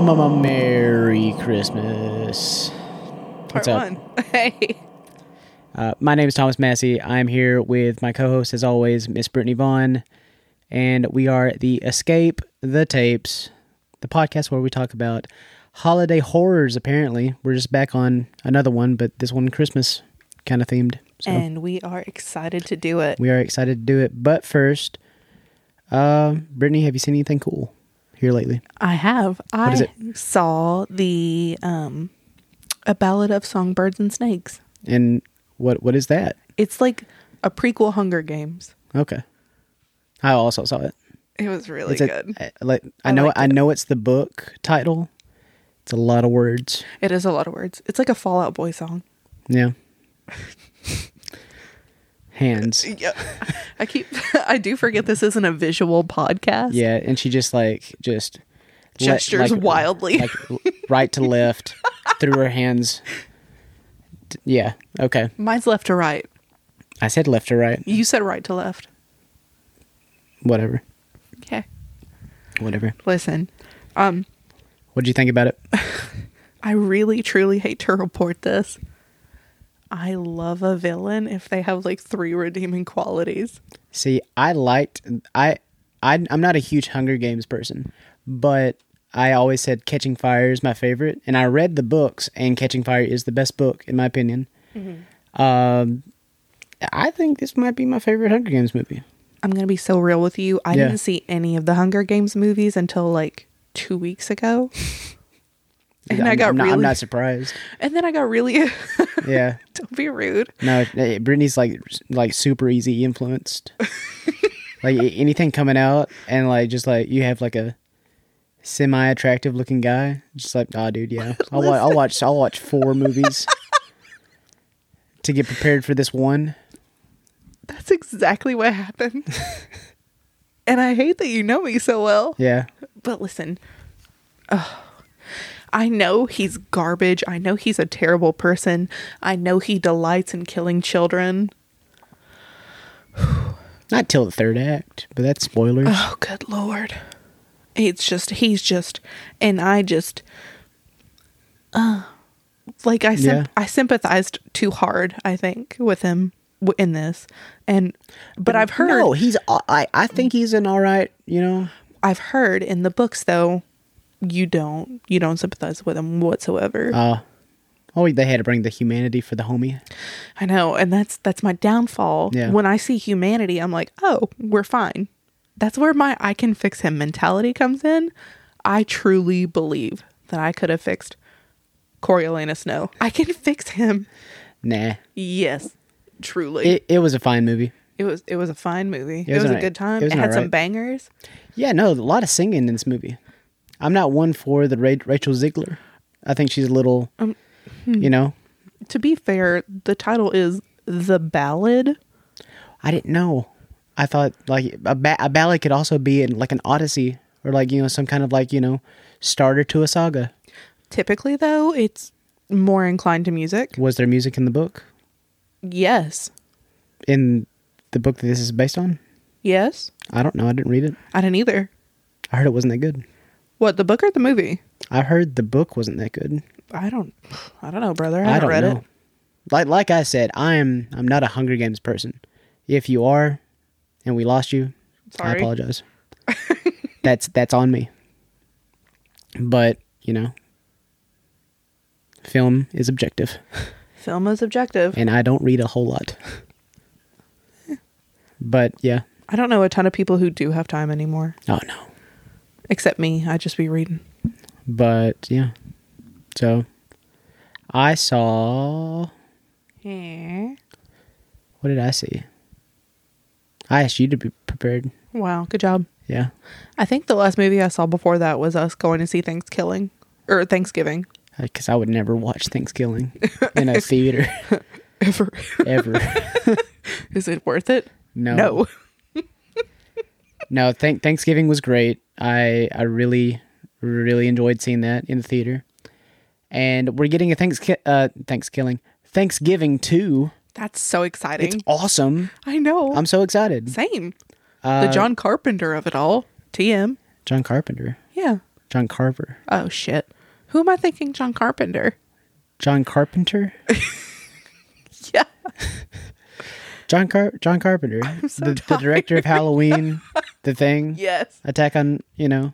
Merry Christmas. Part What's up? one. Hey. Uh, my name is Thomas Massey. I'm here with my co host, as always, Miss Brittany Vaughn. And we are the Escape the Tapes, the podcast where we talk about holiday horrors, apparently. We're just back on another one, but this one Christmas kind of themed. So And we are excited to do it. we are excited to do it. But first, uh, Brittany, have you seen anything cool here lately? I have. I is saw the um A Ballad of Songbirds and Snakes. And what what is that? It's like a prequel Hunger Games. Okay. I also saw it. It was really It's a- good. I- like I I know liked I know it's the book title. It's a lot of words. It is a lot of words. It's like a Fallout Boy song. Yeah. Hands. Yeah. I keep I do forget this isn't a visual podcast. Yeah, and she just like just le- Gestures like- wildly. like right to left through her hands. D- Yeah. Okay. Mine's left to right. I said left to right. You said right to left. Whatever. Okay. Whatever. Listen. Um What would you think about it? I really truly hate to report this. I love a villain if they have like three redeeming qualities. See, I liked I, I I'm not a huge Hunger Games person, but I always said Catching Fire is my favorite, and I read the books, and Catching Fire is the best book in my opinion. Mm-hmm. Um, I think this might be my favorite Hunger Games movie. I'm going to be so real with you. I Yeah. didn't see any of the Hunger Games movies until like 2 weeks ago. And I I'm- got I'm not, I'm really- not surprised. And then I got really Yeah, don't be rude. no, eh, Brittany's like like super easy influenced. like a- anything coming out, and like just like you have like a semi attractive looking guy, just like ah, dude, yeah, I'll, wa- I'll watch I'll watch four movies to get prepared for this one. That's exactly what happened. and I hate that you know me so well. Yeah, But listen, Ugh. I know he's garbage. I know he's a terrible person. I know he delights in killing children. not till the third act, but that's spoilers. Oh, good lord. It's just, he's just, and I just, uh, like I, symp- Yeah. I sympathized too hard, I think, with him w- in this. And, but I've heard, No, he's all- I I think he's an all right. You know, I've heard in the books though, you don't, you don't sympathize with him whatsoever. uh, oh, they had to bring the humanity for the homie. I know, and that's that's my downfall. Yeah. When I see humanity, I'm like, oh, we're fine. That's where my I can fix him mentality comes in. I truly believe that I could have fixed Coriolanus Snow. I can fix him. Nah, Yes, truly. It, it it was a fine movie. was it was a fine movie. It It was was, a alright. good time. It It, was had some alright. bangers. Yeah, no, a lot of singing in this movie. I'm not one for the Ra- Rachel Ziegler. I think she's a little, you know. To be fair, the title is the ballad. I didn't know. I thought like a, ba- a ballad could also be in like an odyssey or like you know some kind of like you know starter to a saga. Typically, though, it's more inclined to music. Was there music in the book? Yes, In the book that this is based on? yes. I don't know. I didn't read it. I didn't either. I heard it wasn't that good. What the book or the movie? I heard the book wasn't that good. I don't, I don't know, brother. I I, haven't don't read know. it. Like like I said, I'm I'm not a Hunger Games person. If you are, and we lost you, I Sorry. apologize. that's that's on me. But you know, film is objective, Film is objective. and I don't read a whole lot. but yeah, I don't know a ton of people who do have time anymore, oh no. except me. I just be reading. But yeah, so I saw. Yeah. What did I see? I asked you to be prepared. Wow, good job. Yeah. I think the last movie I saw before that was us going to see Thanksgiving or Thanksgiving because Uh, I would never watch Thanksgiving in a theater ever. ever. is it worth it? No, no. Thank Thanksgiving was great. I I really really enjoyed seeing that in the theater, and we're getting a thanks uh Thanksgiving Thanksgiving too. That's so exciting. It's awesome. I know. I'm so excited. Uh, Same. the John Carpenter of it all. TM. John Carpenter. Yeah. John Carver. Oh shit. Who am I thinking? John Carpenter. John Carpenter? Yeah. John Car- John Carpenter. so the, the director of Halloween, The Thing, Yes. Attack on, you know,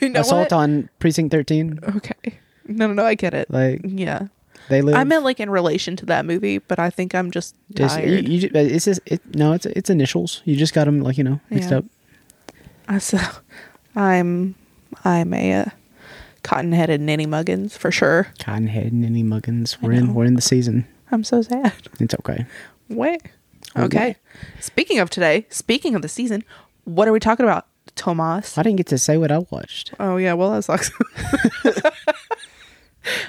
You know Assault what? on Precinct 13. okay. No, no, no. I get it. Like yeah. they live I meant like in relation to that movie, but I think I'm just just, you, tired. you ju- it's just, it, no, it's it's initials. You just got them like, you know, mixed Yeah. up. I so I'm I'm a uh, cotton-headed ninny muggins for sure. Cottonhead and any muggins. I We're in know. we're in the season. I'm so sad. It's okay. Wait. Oh, Okay. Speaking of today, speaking of the season, what are we talking about, Tomas? I didn't get to say what I watched. Oh yeah, well that sucks.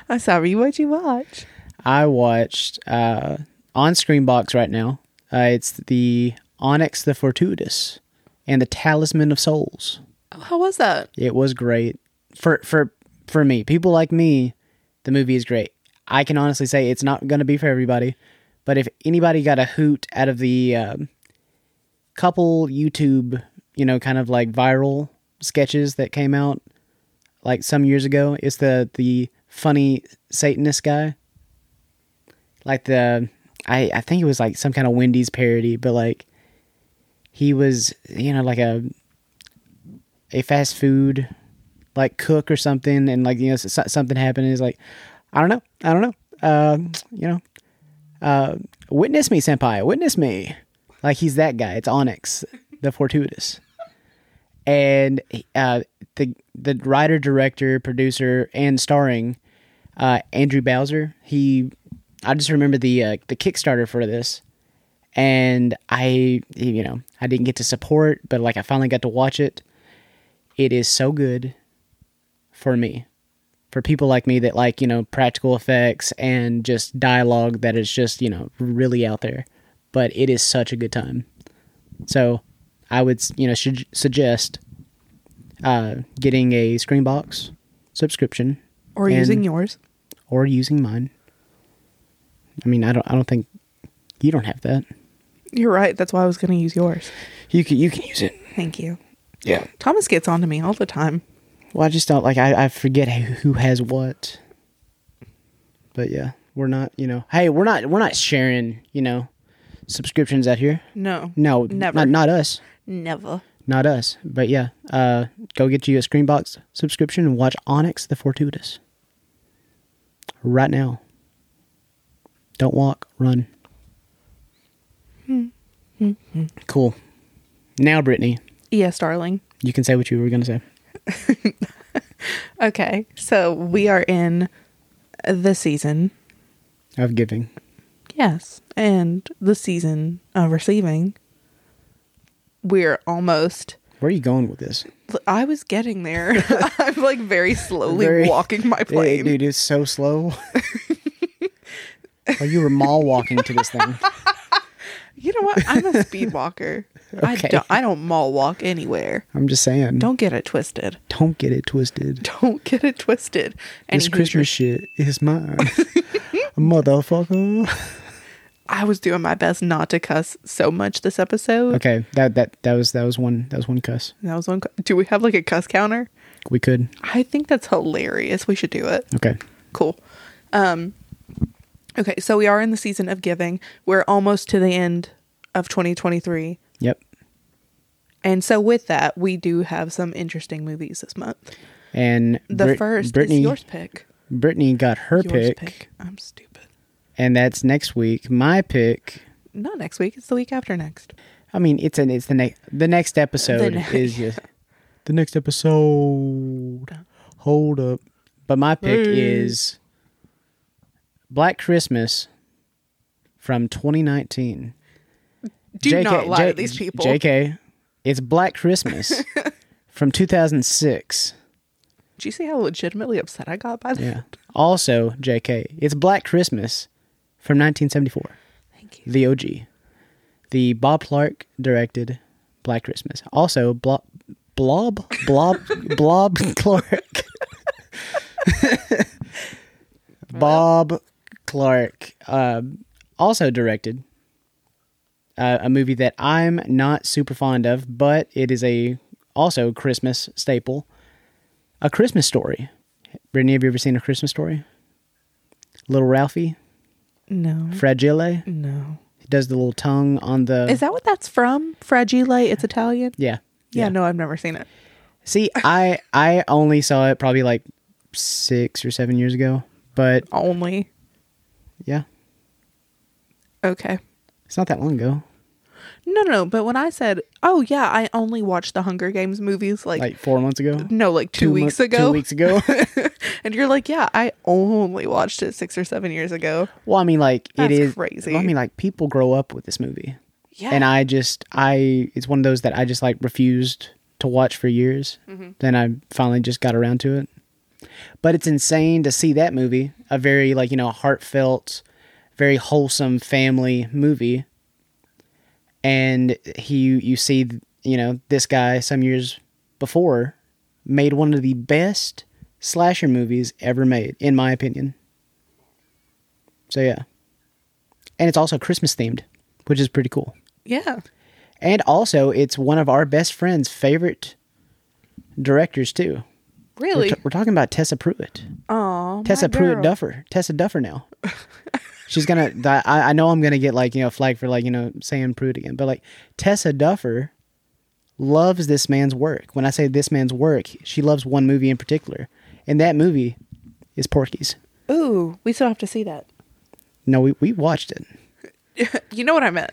I'm sorry. What'd you watch? I watched uh, on Screenbox right now. Uh, it's the Onyx the Fortuitous and the Talisman of Souls. Oh, How was that? It was great for for for me. People like me, the movie is great. I can honestly say it's not going to be for everybody, but if anybody got a hoot out of the um, couple YouTube, you know, kind of like viral sketches that came out like some years ago, it's the the funny Satanist guy, like the I I think it was like some kind of Wendy's parody, but like he was you know like a a fast food like cook or something and like you know s- s- something happened and he's like i don't know i don't know um you know uh witness me senpai witness me like he's that guy it's onyx the fortuitous and uh the the writer director producer and starring uh andrew bowser he i just remember the uh, the kickstarter for this and i you know i didn't get to support but like i finally got to watch it it is so good for me for people like me that like you know practical effects and just dialogue that is just you know really out there but it is such a good time so i would you know should suggest uh getting a screenbox subscription Or And- using yours? or using mine i mean i don't i don't think you don't have that You're right. That's why I was going to use yours. you can you can use it Thank you. yeah Thomas gets on to me all the time. Well, I just don't like I, I forget who has what. But yeah, we're not, you know. Hey, we're not we're not sharing, you know, subscriptions out here. No. No, Never. Not, not us. Never. Not us. But yeah, uh go get you a Screenbox subscription and watch Onyx the Fortuitous. Right now. Don't walk, run. Cool. Now, Brittany, Yes, darling. you can say what you were going to say. Okay. So we are in the season. Of giving. Yes. And the season of receiving. We're almost. Where are you going with this? I was getting there. I'm like very slowly Very- walking my Yeah, plane. dude, it's so slow. like you were mall walking to this thing. You know what? I'm a speed walker. I Okay. don't. I don't mall walk anywhere. I'm just saying. Don't get it twisted. don't get it twisted. Don't get it twisted. And This Christmas shit is mine, motherfucker. I was doing my best not to cuss so much this episode. Okay, that that that was that was one that was one cuss. That was one. cu- Do we have like a cuss counter? We could. I think that's hilarious. We should do it. Okay, Cool. Um, okay, so we are in the season of giving. We're almost to the end of 2023. yep. And so with that, we do have some interesting movies this month. And The Brit- first Brittany, is yours pick. Brittany got her yours pick, I'm stupid. and that's next week. My pick. Not next week. It's the week after next. I mean, it's an it's the next the next episode ne- is just, the next episode. Hold up, but my pick Hey. is Black Christmas from 2019. Do not lie J- to these people. Jk, it's Black Christmas from 2006. Do you see how legitimately upset I got by that? Yeah. Also, Jk, it's Black Christmas from 1974. Thank you. The OG. The Bob Clark directed Black Christmas. Also, Blob, Blob, Blob, Blob Clark. Bob Clark uh, also directed uh, a movie that I'm not super fond of, but it is a also Christmas staple. A Christmas Story. Brittany, have you ever seen A Christmas Story? Little Ralphie, No. Fragile. No. He does the little tongue on the. Is that what that's from? Fragile? It's Italian? yeah. Yeah, no, I've never seen it. See, I I only saw it probably like six or seven years ago, but Only. yeah, Okay. it's not that long ago. No, no, no, but when I said, oh, yeah, I only watched the Hunger Games movies, like, Like four months ago. no, like two, mon- weeks ago. Two weeks ago. and you're like, yeah, I only watched it six or seven years ago. well, I mean, like That's it is crazy. well, I mean, like people grow up with this movie, Yeah. and I just I it's one of those that I just like refused to watch for years. Then I finally just got around to it. But it's insane to see that movie, a very like you know heartfelt, very wholesome family movie, and he you see you know this guy some years before made one of the best slasher movies ever made in my opinion. So yeah. And it's also Christmas themed, which is pretty cool. yeah. And also it's one of our best friends' favorite directors too. Really? We're, t- we're talking about Tessa Pruitt. Oh, Tessa Pruitt Duffer. Tessa Duffer now. She's gonna. th- I, I know I'm gonna get like you know flagged for like you know saying Pruitt again, but like Tessa Duffer loves this man's work. When I say this man's work, she loves one movie in particular, and that movie is Porky's. Ooh, we still have to see that. No, we we watched it, You know what I meant.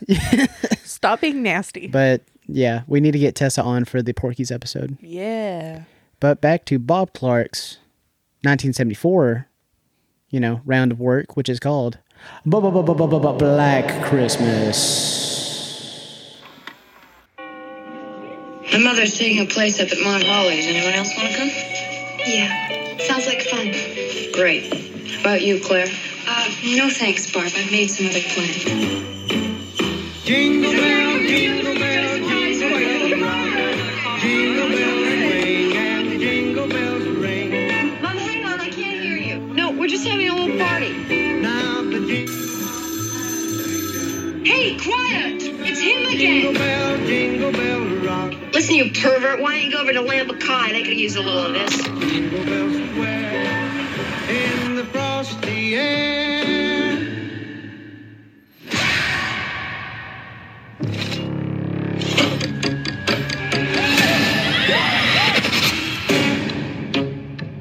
Stop being nasty. but yeah, we need to get Tessa on for the Porky's episode. yeah. But back to Bob Clark's 1974, you know, round of work, which is called Black Christmas. The mother's taking a place up at Mont Holly's. Anyone else want to come? Yeah, sounds like fun. Great. About you, Claire? Uh, no thanks, Barb. I've made some other plans. Jingle bell, jingle bell, jingle bell rock. Jingle bells ring and jingle bells ring. Mom, hang on. I can't hear you. No, we're just having a little party. Now the jingle Hey, quiet! It's him again. bell, jingle bell rock. Listen, you pervert. Why don't you go over to Lambakai? They could use a little of this. Jingle bells square in the frosty air.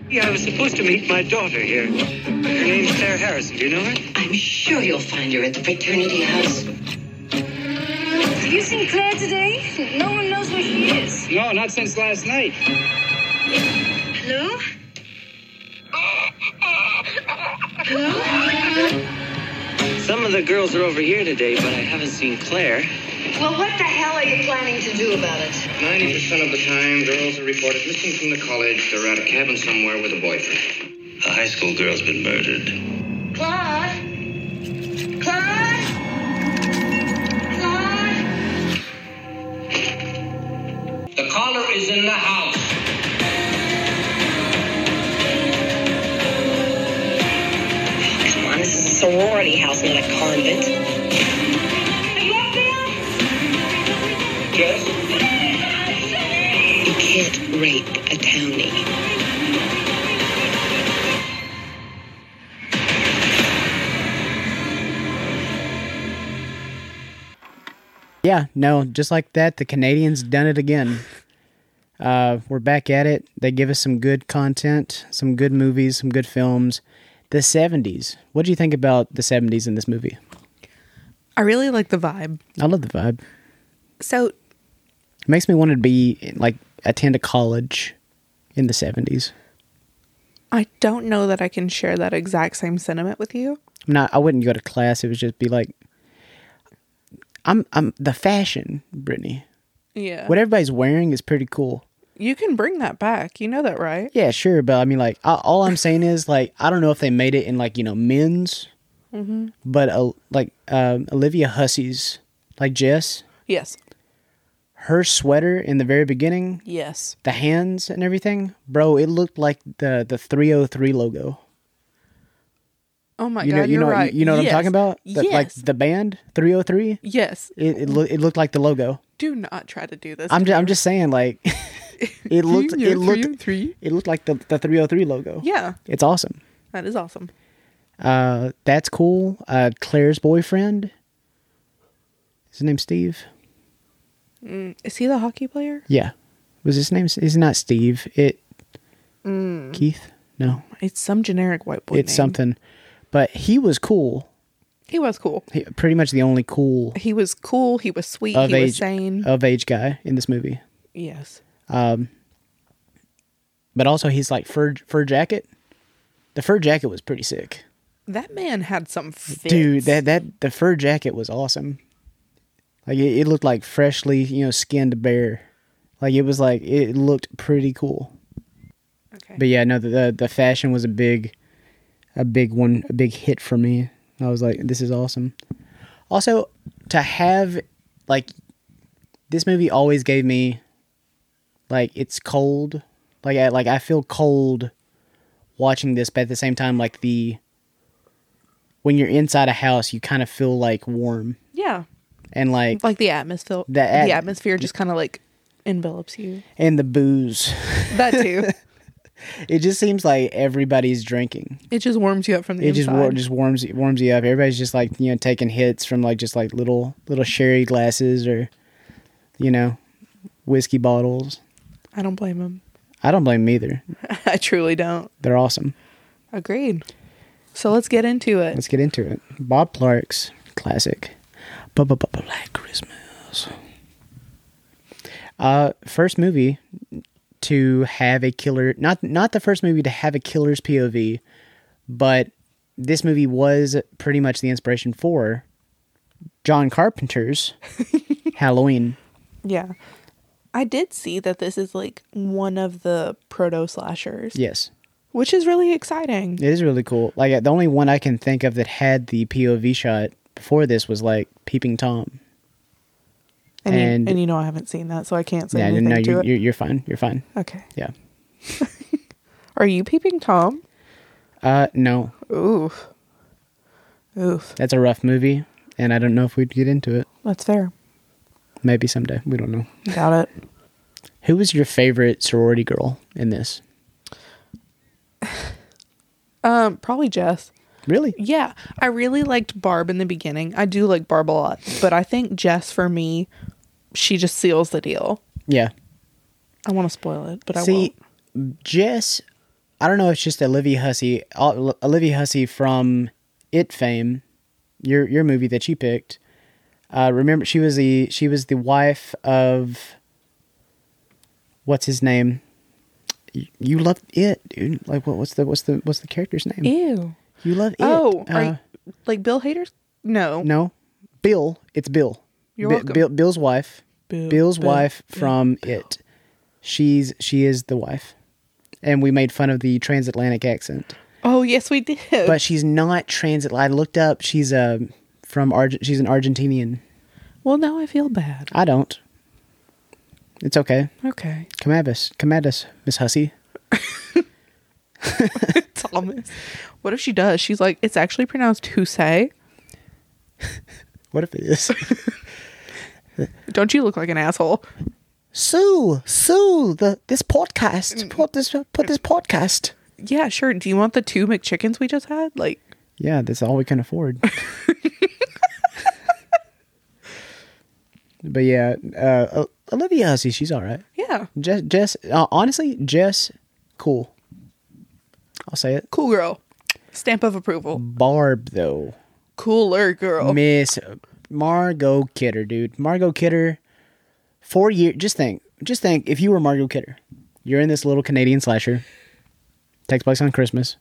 Yeah, I was supposed to meet my daughter here. Her name's Claire Harrison. Do you know her? I'm sure you'll find her at the fraternity house. Have you seen Claire today? No one knows where she is. No, not since last night. Hello? Some of the girls are over here today, but I haven't seen Claire. Well, what the hell are you planning to do about it? 90% of the time, girls are reported missing from the college. They're at a cabin somewhere with a boyfriend. A high school girl's been murdered. Claude? Claude? Claude? The caller is in the house. Come on, this is a sorority house, not a convent. Yes? You can't rape a townie. Yeah, no, just like that, the Canadians done it again. Uh, we're back at it. They give us some good content, some good movies, some good films. The 70s. What do you think about the 70s in this movie? I really like the vibe. I love the vibe. So, It makes me want to be like attend a college in the 70s. I don't know that I can share that exact same sentiment with you. I'm not. I wouldn't go to class. It would just be like, I'm. I'm the fashion, Brittany. Yeah. What everybody's wearing is pretty cool. You can bring that back. You know that, right? Yeah, sure, but I mean, like, I, all I'm saying is, like, I don't know if they made it in like you know men's, Mm-hmm. but uh, like um, Olivia Hussey's, like Jess, Yes. her sweater in the very beginning, Yes. the hands and everything, bro, it looked like the the 303 logo. Oh my You god, know, you you're know, you- right. you, know what Yes. I'm talking about? The- yes. Mm-hmm. Like the band 303. yes. It it, loo- it looked like the logo. Do not try to do this. I'm to just, me. I'm just saying, like, It looked it looked three. it looked like the the 303 logo. Yeah, It's awesome. that is awesome. Uh, that's cool. Uh, Claire's boyfriend. Is his name Steve? Is he the hockey player? Yeah. Was his name? Is not Steve? It. Keith? No, It's some generic white boy. it's Mm. name. something. But he was cool. He was cool. He, pretty much the only cool He was cool. He was sweet. of he age was sane. of age guy in this movie. yes. But also, he's like fur fur jacket. The fur jacket was pretty sick, That man had some fits. dude. That that the fur jacket was awesome. Like it, it looked like freshly you know skinned bear. Like it was like it looked pretty cool. Okay. But yeah, no, the the, the fashion was a big, a big one, a big hit for me. I was like, this is awesome. Also, to have like this movie always gave me like it's cold, like I like I feel cold watching this, but at the same time, like the when you're inside a house, you kind of feel like warm yeah. and like, Like the atmosphere. The, at- atmosphere just kind of like envelops you. and the booze. That too. it just seems like everybody's drinking. it just warms you up from the it inside. just war- just warms warms you up. Everybody's just like you know taking hits from like just like little little sherry glasses or you know whiskey bottles. I don't blame him. I don't blame them either. I truly don't. They're awesome. Agreed. So let's get into it. Let's get into it. Bob Clark's classic, Ba- ba- ba- Black Christmas. Uh, first movie to have a killer. Not not the first movie to have a killer's POV, but this movie was pretty much the inspiration for John Carpenter's Halloween. yeah. I did see that this is like one of the proto slashers, Yes, which is really exciting. it is really cool. Like the only one I can think of that had the POV shot before this was like Peeping Tom. And, you- and- and you, know I haven't seen that, so I can't say Yeah, anything no, to you're, it. you're you're fine. You're fine. okay. Yeah. Are you peeping Tom? Uh, no, Oof. Oof. that's a rough movie, and I don't know if we'd get into it. That's fair. Maybe someday. We don't know. Doubt it. Who was your favorite sorority girl in this? Um, probably Jess. Really? Yeah, I really liked Barb in the beginning. I do like Barb a lot, but I think Jess for me, she just seals the deal. Yeah. I want to spoil it, but I See, won't. Jess, I don't know. If it's just Olivia Hussey, Ol- Olivia Hussey from It fame, your your movie that you picked. Uh, remember, she was the she was the wife of what's his name. You- You love it, dude. Like, what, what's the what's the what's the character's name? Ew. You love it. Oh, are Uh, you, like Bill haters? No. No, Bill. It's Bill. You're Bi- welcome. Bill, Bill's wife. Bill, Bill's Bill, wife from it. She's she is the wife, and we made fun of the transatlantic accent. Oh yes, we did. But she's not transat. I looked up. She's um from Argent. She's an Argentinian. well, now I feel bad. I don't. It's okay. Okay, Come at us. Come at us, Miss Hussey. Thomas. What if she does? She's like, it's actually pronounced Husay. What if it is? Don't you look like an asshole? Sue, Sue, the this Mm. podcast, put this, put this podcast. Yeah, sure. Do you want the two McChickens we just had? Like, Yeah, that's all we can afford. but yeah, uh, O- Olivia Hussey, she's all right. yeah, Jess, Jess uh, honestly, Jess, cool. I'll say it. cool girl. Stamp of approval. Barb though, Cooler girl. Miss Margot Kidder, dude. Margot Kidder, four years. Just think, just think, if you were Margot Kidder, you're in this little Canadian slasher. Takes place on Christmas.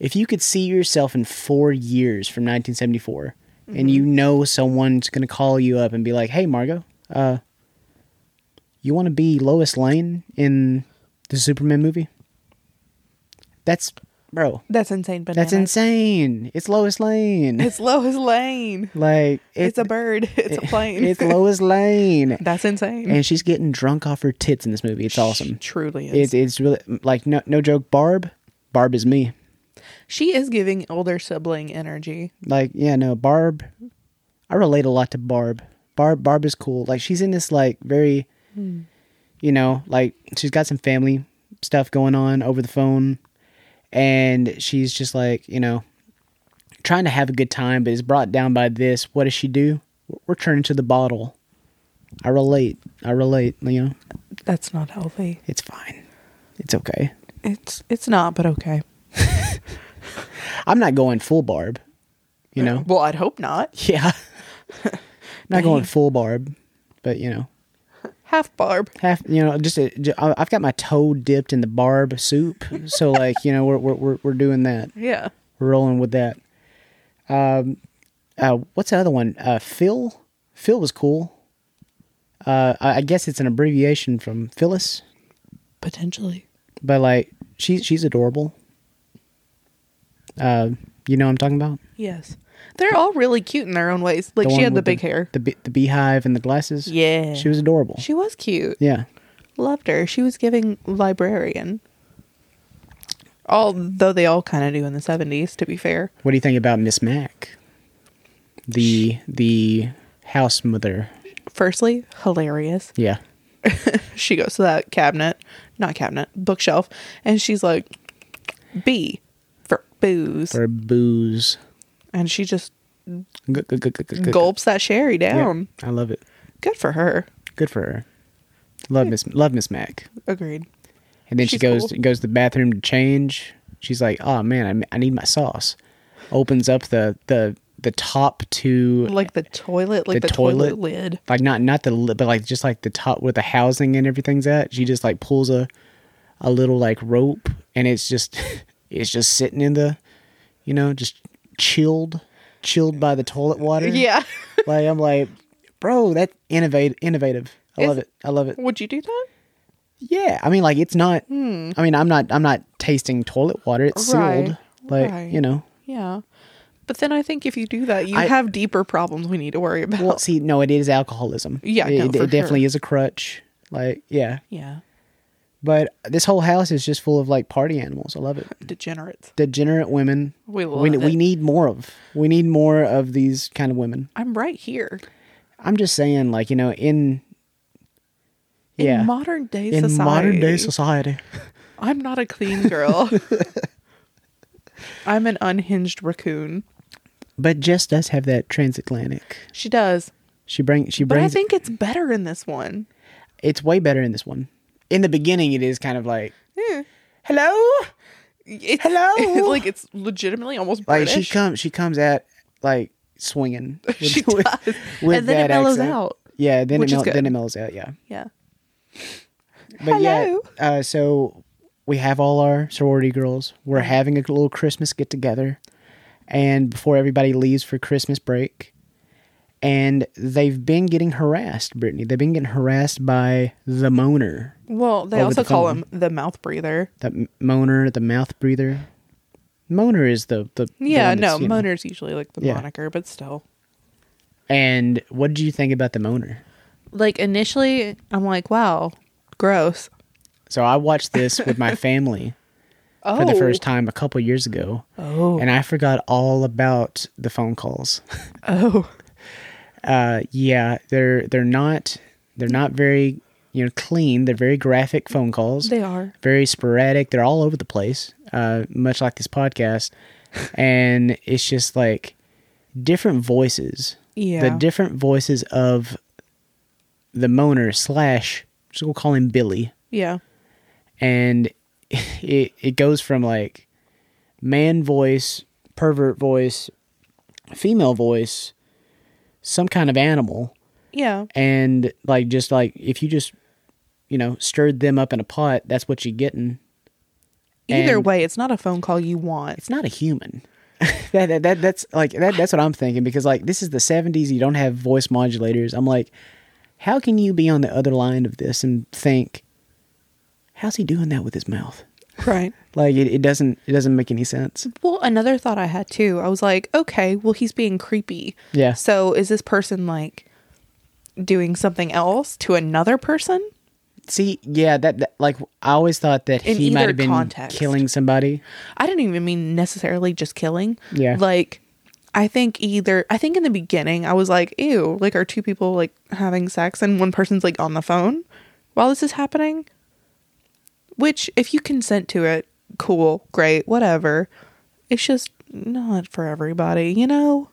If you could see yourself in four years from 1974, and Mm-hmm. you know someone's gonna call you up and be like, "Hey, Margot, uh, you want to be Lois Lane in the Superman movie?" That's bro. That's insane. Bananas. That's insane. It's Lois Lane. It's Lois Lane. Like It's it- a bird. It's a plane. It's Lois Lane, That's insane. and she's getting drunk off her tits in this movie. It's awesome. Truly It's is. it's really like no no joke. Barb, Barb is me. she is giving older sibling energy. Like yeah no Barb, I relate a lot to Barb. Barb Barb is cool. Like she's in this like very, you know, like she's got some family stuff going on over the phone and she's just like, you know, trying to have a good time but is brought down by this. What does she do? Return to the bottle. I relate. I relate, you know. That's not healthy. It's fine. It's okay. It's it's not, but okay. I'm not going full barb, you know. Well, I'd hope not. Yeah. not going full barb, but you know, Half barb. half, you know, just, a, j- I- I've got my toe dipped in the barb soup. So like, you know, we're, we're, we're, we're doing that. Yeah. We're rolling with that. Um, uh, what's the other one? Uh, Phil, Phil was cool. Uh, I I guess it's an abbreviation from Phyllis, Potentially. but like she, she's adorable. Uh, you know what I'm talking about? Yes. They're all really cute in their own ways. Like The she one had the with big hair. the be- the beehive and the glasses. Yeah. she was adorable. She was cute. yeah, Loved her. She was giving librarian. Although they all kind of do in the 70s, to be fair. What do you think about Miss Mac? The the house mother. Firstly, hilarious. Yeah. She goes to that cabinet, not cabinet, bookshelf, and she's like, B for booze. For booze. and she just G- g- g- g- g- g- gulps that sherry Yeah, down. I love it. Good for her. Good for her. Love Miss love Miss Mac. Agreed. And then she She's goes cool. goes to the bathroom to change. She's like, "Oh man, I, I need my sauce." Opens up the the the top two Like the toilet, like the, toilet. lid. like not not the li- but like just like the top where the housing and everything's at she just like pulls a a little like rope and it's just it's just sitting in the you know just chilled chilled by the toilet water Yeah. like i'm like bro that innovate innovative i love Is- it i love it Would you do that? yeah i mean like it's not i mean i'm not i'm not tasting toilet water it's Hmm. Right, sealed like right. you know Yeah. But then I think if you do that, you I- have deeper problems we need to worry about. well see no it is alcoholism Yeah, it, no, it for definitely sure. is a crutch like yeah yeah. But this whole house is just full of like party animals. I love it. Degenerates. Degenerate women. We love we, we it. need more of. We need more of these kind of women. I'm right here. I'm just saying, like you know, in In yeah, modern day in society. modern day society, I'm not a clean girl. I'm an unhinged raccoon. but Jess does have that transatlantic. She does. She bring she But I brings. think it's better in this one. it's way better in this one. In the beginning, it is kind of like hello, It's, Hello? like it's legitimately almost like British. she comes she comes at like swinging. With, She does. And then it that mellows accent. out, Yeah, then it which is mel- good. then it mellows out. Yeah. yeah. But Hello. yeah, uh, so we have all our sorority girls. We're Uh-huh. having a little Christmas get together, and before everybody leaves for Christmas break, and they've been getting harassed, Brittany. They've been getting harassed by the moaner, Well, they Over also the call phone. him the mouth breather. the m- moaner, the mouth breather. Moaner is the the the Yeah, one no, that's, you know- moaner's usually like the Yeah. moniker, but still. And what did you think about the moaner? Like initially, I'm like, wow, gross. So I watched this with my family. Oh, for the first time a couple years ago. Oh. And I forgot all about the phone calls. Oh, Uh, yeah, they're they're not they're not very you know clean. They're very graphic phone calls. They are. very sporadic. They're all over the place. Uh, much like this podcast, and it's just like different voices. The Yeah. different voices of the moaner slash. Just gonna call him Billy yeah. and it it goes from like man voice, pervert voice, female voice, some kind of animal, Yeah. and like just like if you just you know stirred them up in a pot, that's what you're getting. Either And- way, it's not a phone call you want. It's not a human. that, that that that's like that that's what I'm thinking because like this is the 70s. You don't have voice modulators. I'm like, how can you be on the other line of this and think, how's he doing that with his mouth? Right. Like it, it doesn't it doesn't make any sense. Well, another thought I had too. I was like, okay, well, he's being creepy. Yeah. So is this person like doing something else to another person? See, yeah, that, that like I always thought that In he might either have been context. killing somebody. I didn't even mean necessarily just killing. Yeah. Like, I think either, I think in the beginning, I was like, ew, like, are two people like having sex and one person's like on the phone? while this is happening. Which, if you consent to it, cool, great, whatever. It's just not for everybody, you know?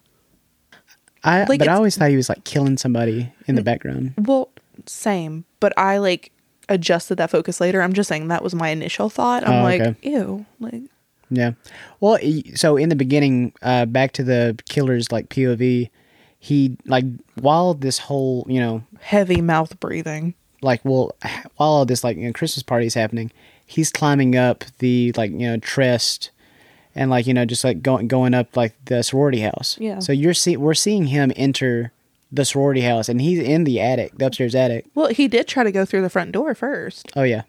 I Like, but I it's- always thought he was like killing somebody in the background. Well, same, but I like adjusted that focus later. I'm just saying that was my initial thought. I'm Oh, like, okay. ew, like, Yeah. Well, he- so in the beginning, uh, back to the killer's like POV, he like while this whole you know heavy mouth breathing. like well while all this like you know, Christmas party is happening, he's climbing up the like you know trest and like you know just like going going up like the sorority house. Yeah. So you're see we're seeing him enter the sorority house and he's in the attic, the upstairs attic. Well, he did try to go through the front door first. Oh yeah.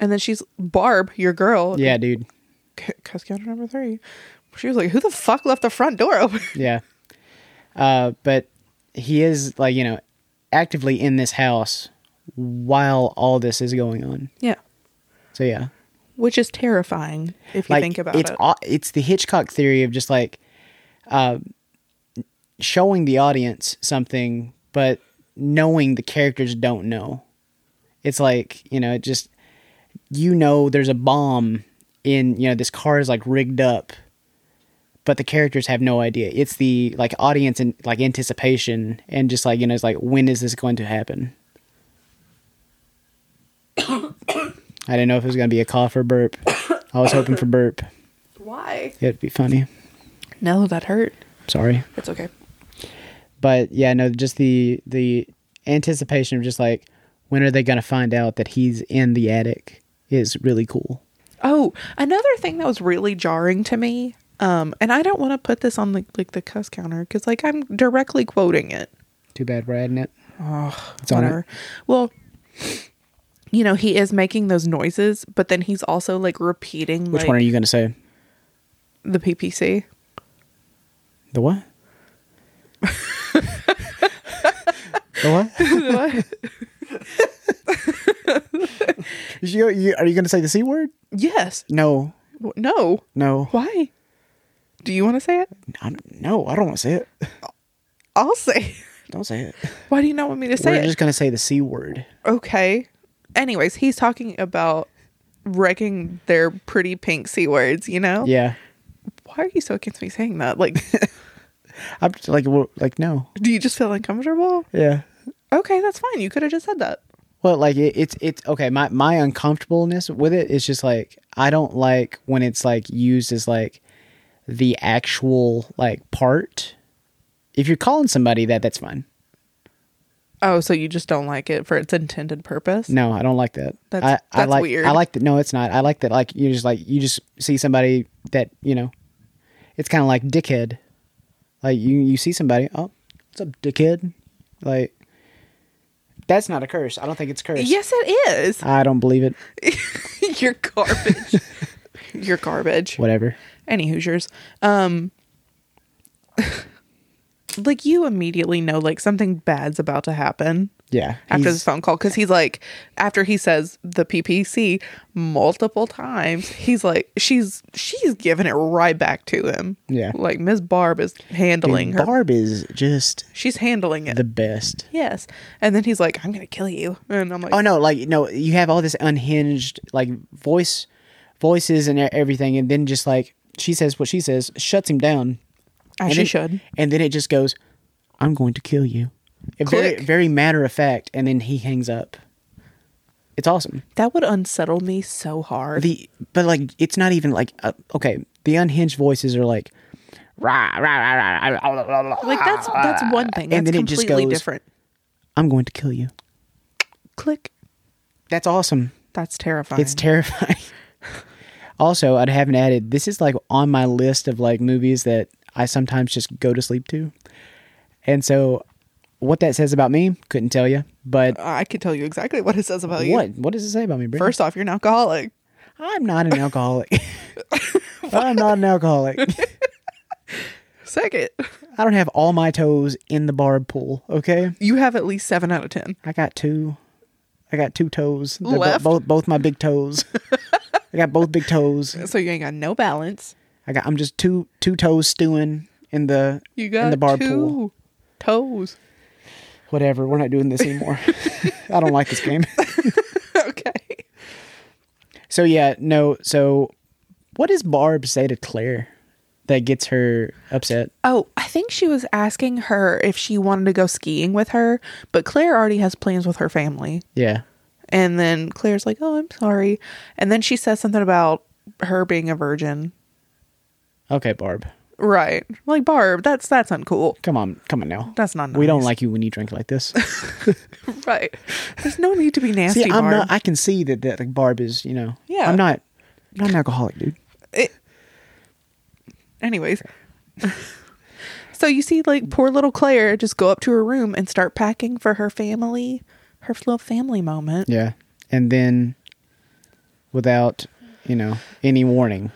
And then she's, Barb, your girl. Yeah, dude. c- Cuss counter number three. She was like, who the fuck left the front door open? Yeah. Uh, but he is like you know actively in this house while all this is going on. yeah. So yeah. Which is terrifying if you like think about it's it. au- it's the Hitchcock theory of just like uh, showing the audience something, but knowing the characters don't know. It's like you know, it just you know, there's a bomb in you know this car is like rigged up, but the characters have no idea. It's the like audience and like anticipation and just like you know, it's like when is this going to happen? I didn't know if it was going to be a cough or burp. I was hoping for burp. Why? It'd be funny. No, that hurt. Sorry. It's okay. But yeah, no, just the the anticipation of just like when are they gonna find out that he's in the attic is really cool. Oh, another thing that was really jarring to me, um, and I don't want to put this on the like the cuss counter because like I'm directly quoting it. Too bad we're adding it. Oh, it's on Whatever. it. Well, you know he is making those noises, but then he's also like repeating Which like, one are you gonna say? the PPC. The what? the what? you, you, are you gonna say the c word? Yes. No, W- No. no, Why? Do you want to say it? I don't- no. I don't want to say it. I'll say. it. Don't say it. Why do you not want me to say we're it? just gonna say the c word. okay. Anyways, he's talking about wrecking their pretty pink c words. You know. Yeah, Why are you so against me saying that? Like. I'm just like we're- like no. Do you just feel uncomfortable? Yeah. Okay, that's fine. You could have just said that. Well, like it, it's it's okay. My my uncomfortableness with it is just like I don't like when it's like used as like the actual like part. If you're calling somebody that, that's fine. Oh, so you just don't like it for its intended purpose? No, I don't like that. That's- I, I that's like, weird. I like that. No, it's not. I like that. Like you just like you just see somebody that you know. It's kind of like dickhead. Like you you see somebody. Oh, what's up, dickhead? Like that's not a curse. I don't think it's cursed. Yes, it I don't believe it. is. You're garbage. You're garbage. Whatever. Any Hoosiers. Um like you immediately know like something bad's about to happen Yeah. after he's- this phone call cuz he's like after he says the PPC multiple times, he's like she's she's giving it right back to him. Yeah. Like Miss Barb is handling Dude, her Barb is just She's handling it. the best. Yes. And then he's like, I'm going to kill you. And I'm like, Oh no, like no, you have all this unhinged like voice, voices and e- everything, and then just like she says what she says, shuts him down. and as Oh, she then- should. And then it just goes, "I'm going to kill you," And very Click. very matter of fact, and then he hangs up. It's awesome. That would unsettle me so hard. The but like it's not even like uh, okay, the unhinged voices are like, rah, rah, rah, rah, rah, rah, rah, rah, like, that's that's one thing. And That's then it just completely goes- different. "I'm going to kill you." Click. That's awesome. That's terrifying. It's terrifying. also, I'd haven't added this is like on my list of like movies that I sometimes just go to sleep to. And so what that says about me, couldn't tell you. But I could tell you exactly what it says about you. what what does it say about me, Brittany? Uh, First off, you're an alcoholic. I'm not an alcoholic. I'm not an alcoholic. Second, I don't have all my toes in the barb pool, okay? you have at least seven out of 10. I got two. I got two toes. They're bo- Left? both both my big toes. I got both big toes. So you ain't got no balance. I got I'm just two two toes stewing in the You got in the barb two pool. toes. whatever, we're not doing this anymore. I don't like this game. So yeah, no. So what does Barb say to Claire that gets her upset? Oh, I think she was asking her if she wanted to go skiing with her, but Claire already has plans with her family. Yeah. And then Claire's like, "Oh, I'm sorry." And then she says something about her being a virgin. Okay, Barb. Right. Like, "Barb, that's that's uncool." Come on, come on now. That's not We don't nice. like you when you drink like this. Right. There's no need to be nasty, See, I'm Barb. not. I can see that that like Barb is. You know. Yeah. I'm not. I'm not an alcoholic, dude. Eh. Anyways. so you see like poor little Claire just go up to her room and start packing for her family, her little family moment. Yeah. And then, without you know any warning,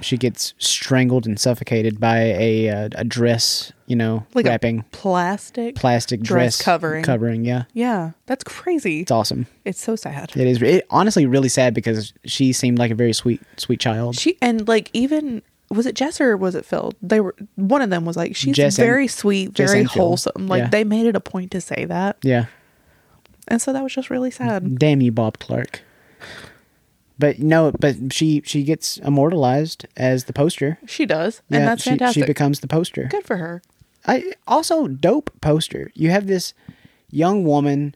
she gets strangled and suffocated by a uh, a dress. You know, Like a wrapping plastic plastic dress, covering. Covering. Yeah. Yeah, that's crazy. It's awesome. It's so sad. It is it, honestly really sad because she seemed like a very sweet, sweet child. She and like even was it Jess or was it Phil? They were one of them was like she's Jess and- very sweet, Jess very and Phil. wholesome. Like Yeah. they made it a point to say that, yeah. and so that was just really sad. Damn you, Bob Clark. But no, but she she gets immortalized as the poster. She does, and that's she, fantastic. She becomes the poster. Good for her. I also dope poster. You have this young woman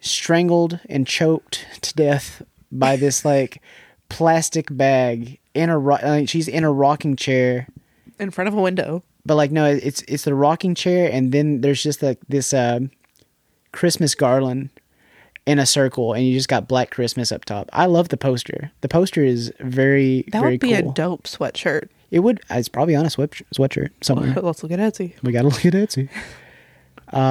strangled and choked to death by this like plastic bag in a ro- like, she's in a rocking chair. In front of a window, but like no it's it's the rocking chair and then there's just like this um christmas garland in a circle and you just got black christmas up top i love the poster the poster is very that very would be cool. a dope sweatshirt. it would it's probably on a sweatshirt, sweatshirt somewhere Let's look at Etsy. we gotta look at Etsy. Uh,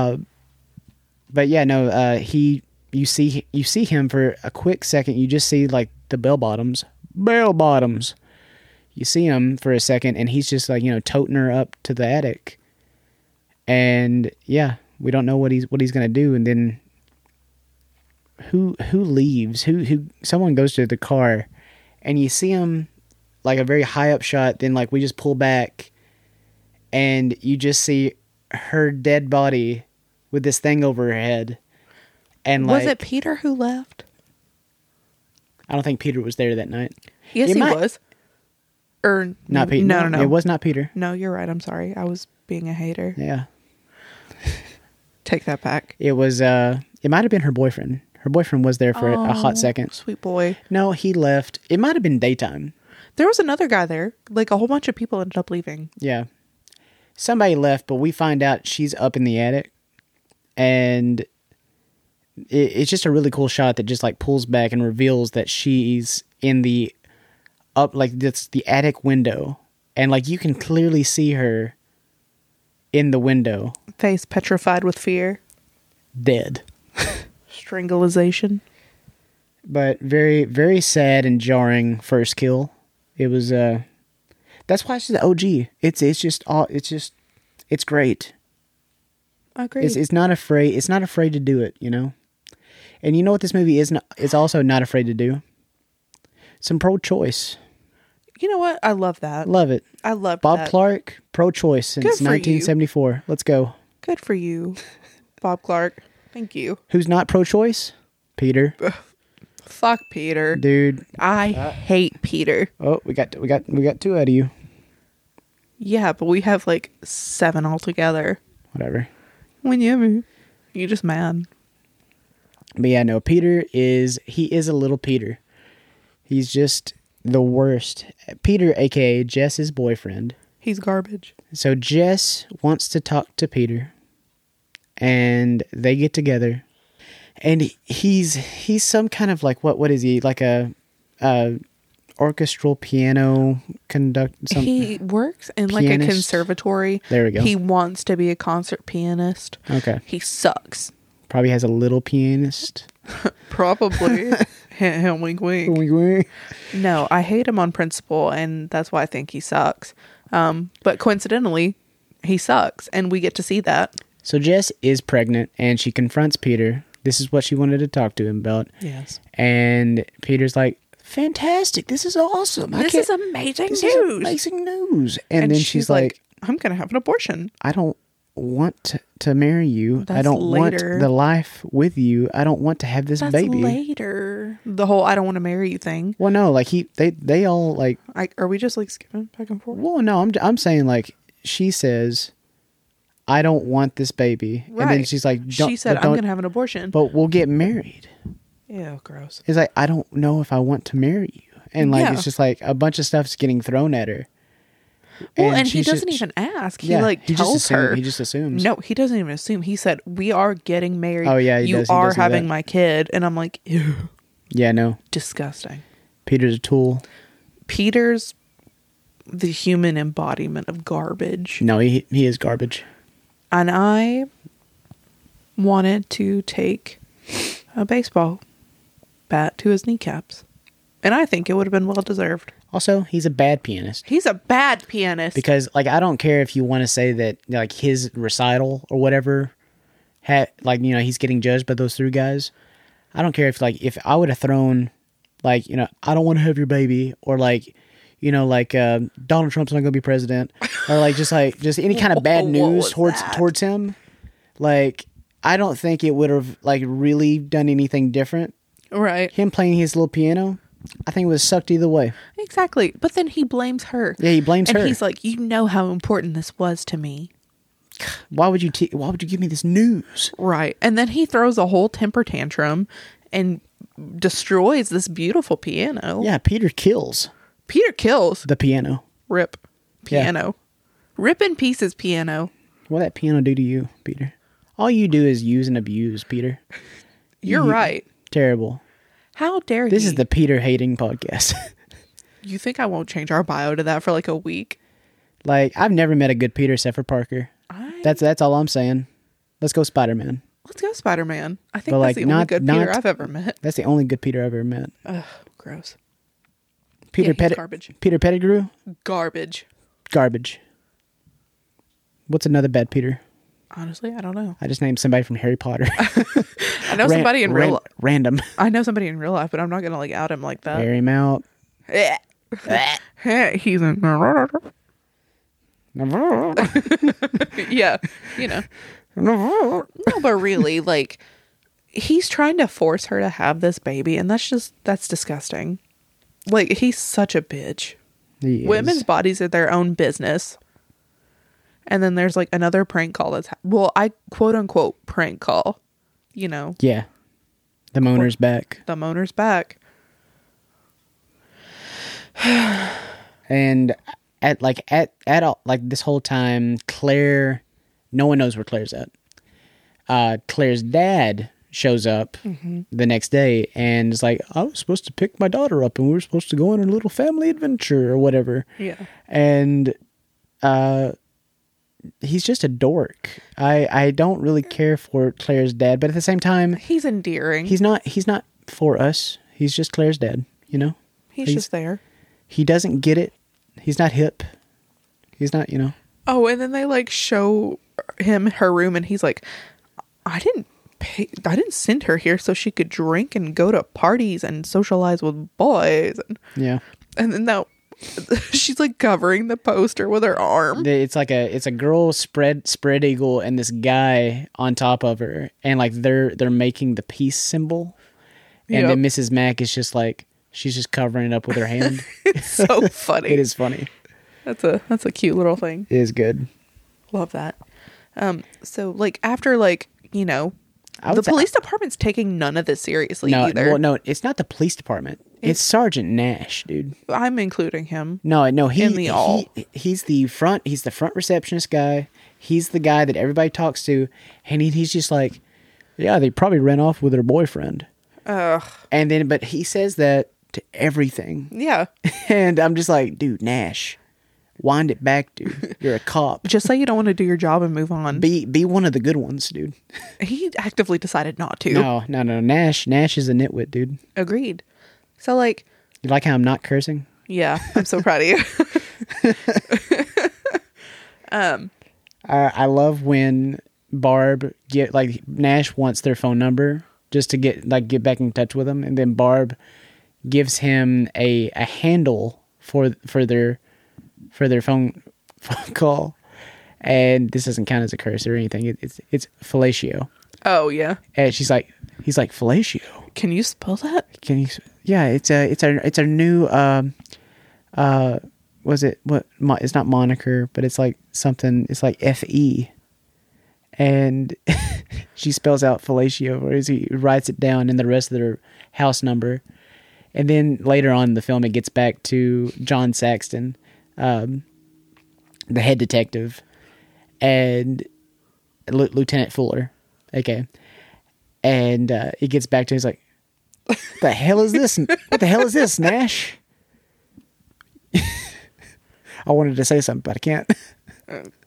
but yeah, no. Uh, he, you see, you see him for a quick second. You just see like the bell bottoms, bell bottoms. You see him for a second, and he's just like you know toting her up to the attic. And yeah, we don't know what he's what he's gonna do. And then who who leaves? Who who? Someone goes to the car, and you see him like a very high up shot. Then like we just pull back, and you just see her dead body with this thing over her head. And like, was it Peter who left? I don't think Peter was there that night. Yes, It he might- was. Or Not Peter. No, no, no. It was not Peter. No, you're right. I'm sorry. I was being a hater. Yeah, Take that back. it was. uh It might have been her boyfriend. Her boyfriend was there for a hot second. Sweet boy. No, he left. It might have been daytime. There was another guy there. Like a whole bunch of people ended up leaving. Yeah. Somebody left, but we find out she's up in the attic. And it, it's just a really cool shot that just like pulls back and reveals that she's in the up, like that's the attic window. And like you can clearly see her in the window, Face petrified with fear. dead. Strangulation. But very, very sad and jarring first kill. It was, uh, that's why she's the OG. It's, it's just, all, it's just, it's great. Agreed. It's, it's not afraid. It's not afraid to do it. You know, and you know what this movie is. Not, is also not afraid to do. Some pro-choice. you know what? I love that. Love it. I love Bob that. Clark, pro-choice since Good for you. 1974. Let's go. Good for you, Bob Clark. Thank you. Who's not pro-choice? Peter, Fuck Peter. dude. I hate Peter. Oh, we got we got we got two out of you. Yeah, but we have like seven altogether. Whatever. Whenever. You just mad. But yeah, no. Peter is he is a little Peter. He's just the worst. Peter, aka Jess's boyfriend. He's garbage. So Jess wants to talk to Peter, and they get together, and he- he's he's some kind of like what what is he like a, a orchestral piano conduct some he works in like a Pianist? conservatory. There we go. Um, He wants to be a concert pianist. okay He sucks. probably has a little pianist. Probably. wink, wink. No, I hate him on principle, and that's why I think he sucks. Um, but coincidentally, he sucks, and we get to see that. So Jess is pregnant, and she confronts Peter. This is what she wanted to talk to him about. Yes. And Peter's like, "Fantastic! This is awesome! I This can't- is amazing this news." is amazing news!" And, And then she's, like, I'm going to have an abortion. I don't. want to- to marry you. I That's don't later. want the life with you. I don't want to have this That's baby. later. The whole I don't want to marry you thing. Well, no, like he, they, they all like. I, are we just like skipping back and forth? Well, no, I'm, I'm saying like she says, I don't want this baby, and then Right. she's like, don't, she said, but "I'm don't- gonna have an abortion." but we'll get married. Ew, gross. It's like I don't know if I want to marry you, and like Yeah. it's just like a bunch of stuff's getting thrown at her. Well, and, he she's just- doesn't even ask. He yeah, like he just tells assume- her. he just assumes. No, he doesn't even assume. He said, "We are getting married. Oh, yeah, he you does- he are does say having that. my kid." And I'm like, ew, Yeah, no, disgusting. Peter's a tool. Peter's the human embodiment of garbage, No, he he is garbage. and I wanted to take a baseball bat to his kneecaps, and I think it would have been well deserved. Also, he's a bad pianist. He's a bad pianist. because like I don't care if you want to say that like his recital or whatever had like you know he's getting judged by those three guys. I don't care if like if I would have thrown like you know I don't want to have your baby or like you know like uh, Donald Trump's not going to be president or like just like just any kind of bad What news was towards that? towards him. Like I don't think it would have like really done anything different. right. Him playing his little piano, I think it was sucked either way. Exactly. But then he blames her. Yeah, he blames and her. he's like, you know how important this was to me. Why would you? T- why would you give me this news? Right. And then he throws a whole temper tantrum and destroys this beautiful piano. Yeah, Peter kills. Peter kills. the piano. Rip. Yeah. Piano. Rip in pieces piano. What that piano do to you, Peter? All you do is use and abuse, Peter. You're You- right. Terrible. How dare This he? is the Peter hating podcast. You think I won't change our bio to that for like a week? like I've never met a good Peter except for Parker. I, That's that's all I'm saying. Let's go Spider Man. let's go Spider Man. I think But, that's like, the only not- good not- Peter I've ever met. That's the only good Peter I've ever met. Ugh, gross. Peter he's Petti- garbage. Peter Pettigrew, Garbage. garbage. What's another bad Peter? Honestly, I don't know. I just named somebody from Harry Potter. I know somebody in real Uh. life. random. I know somebody in real life, but I'm not gonna like out him like that. Air him out. Hey, He's in. yeah, you know. no, but really, like, he's trying to force her to have this baby, and that's just that's disgusting. Like, he's such a bitch. He is. Women's bodies are their own business. And then there's like another prank call that's ha- well, I quote unquote prank call. You know, Yeah. The moaner's back. the moaner's back. and at like at at all like this whole time claire no one knows where claire's at uh claire's dad shows up Mm-hmm. the next day and is like i was supposed to pick my daughter up and we were supposed to go on a little family adventure or whatever Yeah. and uh he's just a dork i i don't really care for claire's dad but at the same time He's endearing. he's not he's not for us he's just claire's dad you know he's just there. he doesn't get it. He's not hip. He's not, you know. Oh, and then they like show him her room, and he's like, "I didn't pay. I didn't send her here so she could drink and go to parties and socialize with boys." And, Yeah. and then that she's like covering the poster with her arm. The- It's like a it's a girl spread spread eagle and this guy on top of her and like they're they're making the peace symbol. And then Yep. Mrs. Mack is just like she's just covering it up with her hand. It's so funny. it is funny. That's a that's a cute little thing. It is good. Love that. Um. So like after like you know. I would The say- police department's taking none of this seriously No, either. well, no, it's not the police department. It's Sergeant Nash, dude. I'm including him. No, no, he, In the all. he he's the front he's the front receptionist guy. He's the guy that everybody talks to, and he, he's just like, yeah, they probably ran off with her boyfriend. Ugh. And then, but he says that to everything, Yeah. and I'm just like, dude, Nash, wind it back, dude. You're a cop. Just say you don't want to do your job and move on. be be one of the good ones, dude. he actively decided not to. No, no, no. Nash, Nash is a nitwit, dude. Agreed. So like, You like how I'm not cursing? yeah, I'm so proud of you. I, I love when Barb get like Nash wants their phone number just to get like get back in touch with them, and then Barb gives him a a handle for for their for their phone phone call, and this doesn't count as a curse or anything. It, it's it's fellatio, Oh yeah. and she's like, he's like fellatio. Can you spell that? Can you? s- Yeah, it's a it's a it's a new um, uh, was it what? Mo, it's not moniker, but it's like something. It's like F E, and she spells out fellatio, whereas he writes it down in the rest of their house number, and then later on in the film, it gets back to John Saxton, um, the head detective, and Lu- Lieutenant Fuller, okay, and uh, it gets back to he's like the hell is this? What the hell is this, Nash? I wanted to say something, but I can't.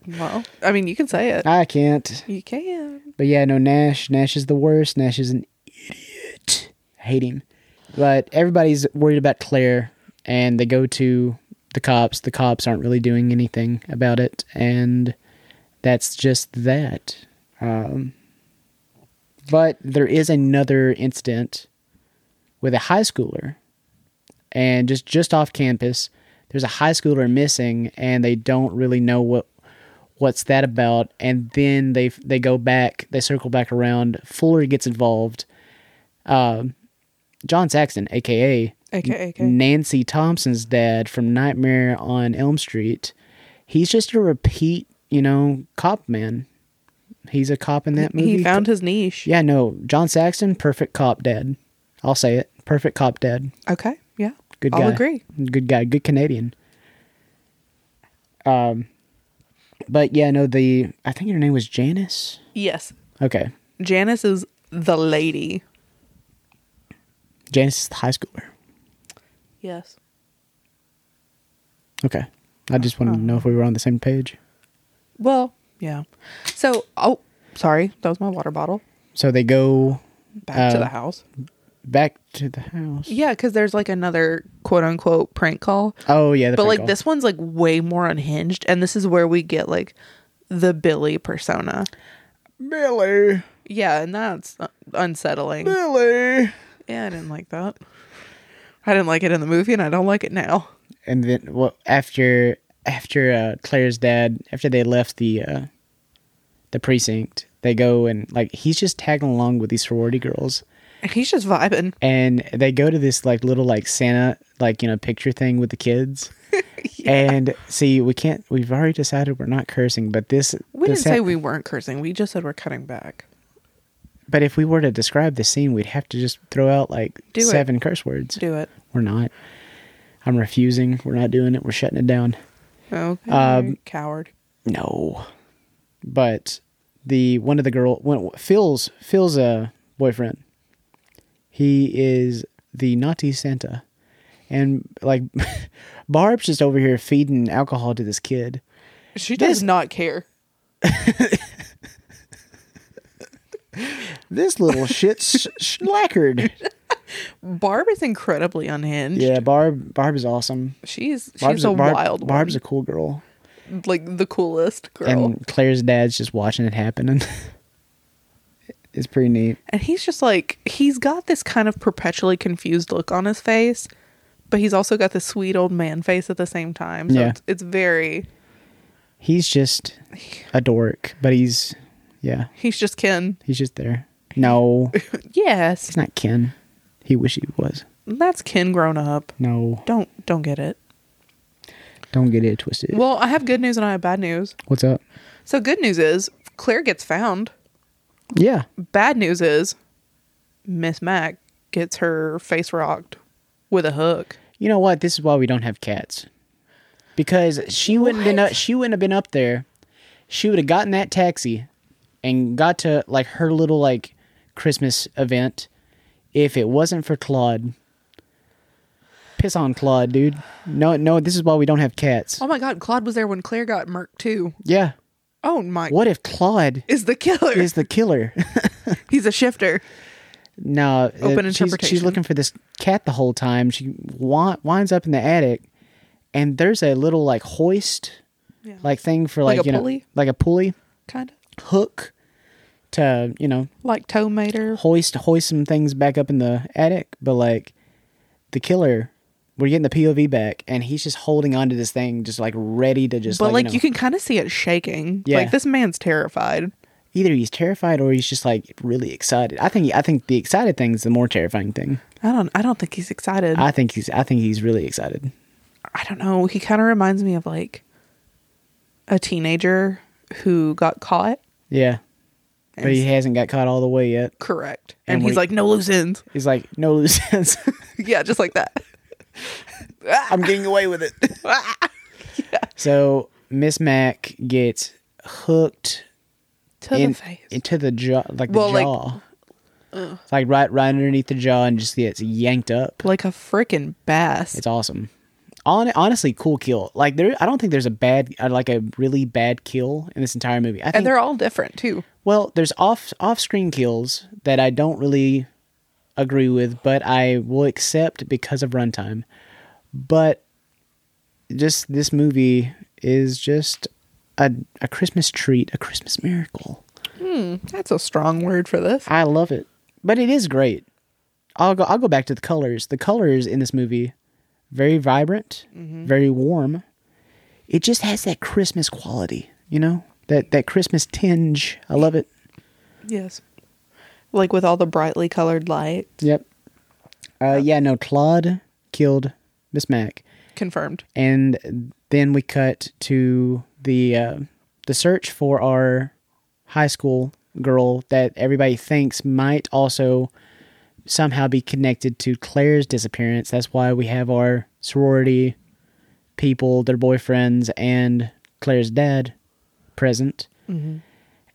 Well, I mean, you can say it. I can't. You can. But yeah, no, Nash. Nash is the worst. Nash is an idiot. I hate him. But everybody's worried about Claire, and they go to the cops. The cops aren't really doing anything about it, and that's just that. Um, but there is another incident with a high schooler, and just just off campus, there's a high schooler missing, and they don't really know what what's that about and then they they go back they circle back around fuller gets involved um john saxton aka Okay. Okay. nancy thompson's dad from nightmare on elm street he's just a repeat you know cop man he's a cop in that movie He found his niche. yeah no john saxton perfect cop dad i'll say it perfect cop dad Okay. Yeah. Good I'll guy. agree. Good guy. Good Canadian. Um, but yeah, no. The I think her name was Janice. Yes. Okay, Janice is the lady. Janice is the high schooler. Yes. Okay, I just wanted to know if we were on the same page. Well, yeah. So, oh, sorry. That was my water bottle. So they go Back to Uh, the house. back to the house. Yeah, because there's like another quote unquote prank call. Oh yeah, the but prank like call. this one's like way more unhinged. And this is where we get like the Billy persona. Billy, Yeah. And that's uh, unsettling. Billy, Yeah. I didn't like that. I didn't like it in the movie and I don't like it now. and then what? After after uh, Claire's dad, after they left the uh, the precinct, they go and like he's just tagging along with these sorority girls. He's just vibing. and they go to this like little like Santa like you know picture thing with the kids. And see, we can't. We've already decided we're not cursing, but this We the didn't San- say we weren't cursing. We just said we're cutting back. But if we were to describe the scene, we'd have to just throw out like Do it. seven curse words. Do it. We're not. I'm refusing. We're not doing it. We're shutting it down. Okay. Coward. No. But the one of the girl when Phil's Phil's uh boyfriend. He is the naughty Santa. And like Barb's just over here feeding alcohol to this kid. She does not care. This little shit's slackered. Barb is incredibly unhinged. Yeah, Barb Barb is awesome. She's she's Barb's a, Barb- wild Barb's one. a cool girl. like the coolest girl. And Claire's dad's just watching it happen and it's pretty neat. and he's just like he's got this kind of perpetually confused look on his face, but he's also got this sweet old man face at the same time. So Yeah. it's, it's very He's just a dork, but he's yeah, he's just Ken. he's just there. No. Yes. It's not Ken. He wish he was. That's Ken grown up. No, Don't don't get it. don't get it twisted. Well, I have good news and I have bad news. What's up? So good news is Claire gets found. Yeah, Bad news is Miss Mac gets her face rocked with a hook. you know what? This is why we don't have cats, because she wouldn't been up, she wouldn't have been up there. She would have gotten that taxi, and got to like her little like Christmas event. If it wasn't for Claude, piss on Claude, dude. No, no. This is why we don't have cats. Oh my god, Claude was there when Claire got murked too. Yeah. Oh my What if Claude is the killer. is the killer? He's a shifter. No, uh, Open she's- She's, interpretation. looking for this cat the whole time. She wi- winds up in the attic, and there's a little like hoist, Yeah. like thing for like, Like a you know, pulley? like a pulley Kind of. hook to you know Like Tomater. hoist hoist some things back up in the attic. But like the killer we're getting the POV back, and he's just holding onto this thing, just like ready to just. but like, know, you can kind of see it shaking. Yeah. Like this man's terrified. either he's terrified or he's just like really excited. I think I think the excited thing is the more terrifying thing. I don't. I don't think he's excited. I think he's I think he's really excited. I don't know. He kind of reminds me of like a teenager who got caught. Yeah, but And- he hasn't got caught all the way yet. Correct. And And, when he's he- like, no loose ends. He's like no loose ends. yeah, just like that. I'm getting away with it. So Miss Mac gets hooked To in- the face. into the jaw, like the Well, like- uh. jaw. It's like right, right underneath the jaw, and just gets yanked up. like a freaking bass. It's awesome. On, honestly, cool kill. Like there, I don't think there's a bad, uh, like a really bad kill in this entire movie. I think and they're all different too. Well, there's off off screen kills that I don't really agree with, but I will accept because of runtime. But just this movie is just a a Christmas treat, a Christmas miracle. That's a strong word for this. I love it. But it is great. I'll go I'll go back to the colors. The colors in this movie very vibrant, very warm. It just has that Christmas quality, you know? That that Christmas tinge. I love it. Yes. Like with all the brightly colored light. Yep. Uh, yeah, no, Claude killed Miss Mac, Confirmed. and then we cut to the uh, the search for our high school girl that everybody thinks might also somehow be connected to Claire's disappearance. That's why we have our sorority people, their boyfriends, and Claire's dad present,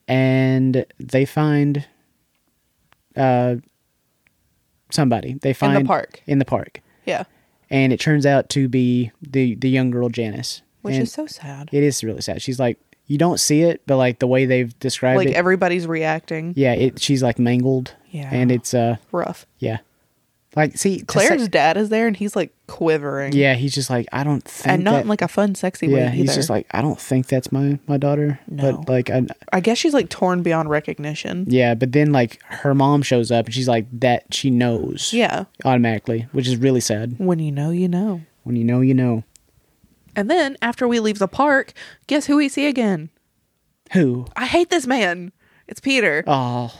and they find uh, somebody. They find park. In the park, Yeah. and it turns out to be the the young girl Janice, Which And is so sad. It is really sad. She's like, you don't see it, but like the way they've described Like it, everybody's reacting. yeah, it. She's like mangled, Yeah. and it's uh, Rough. yeah, like see to Claire's say- dad is there and he's like quivering. yeah, he's just like, I don't think And not that- in like a fun, sexy way yeah, either. he's just like, I don't think that's my my daughter, No. but like I. I guess she's like torn beyond recognition. Yeah, but then like her mom shows up and she's like that she knows. Yeah. Automatically, which is really sad. When you know, you know. When you know, you know. And then after we leave the park, guess who we see again? Who? I hate this man. It's Peter. Oh,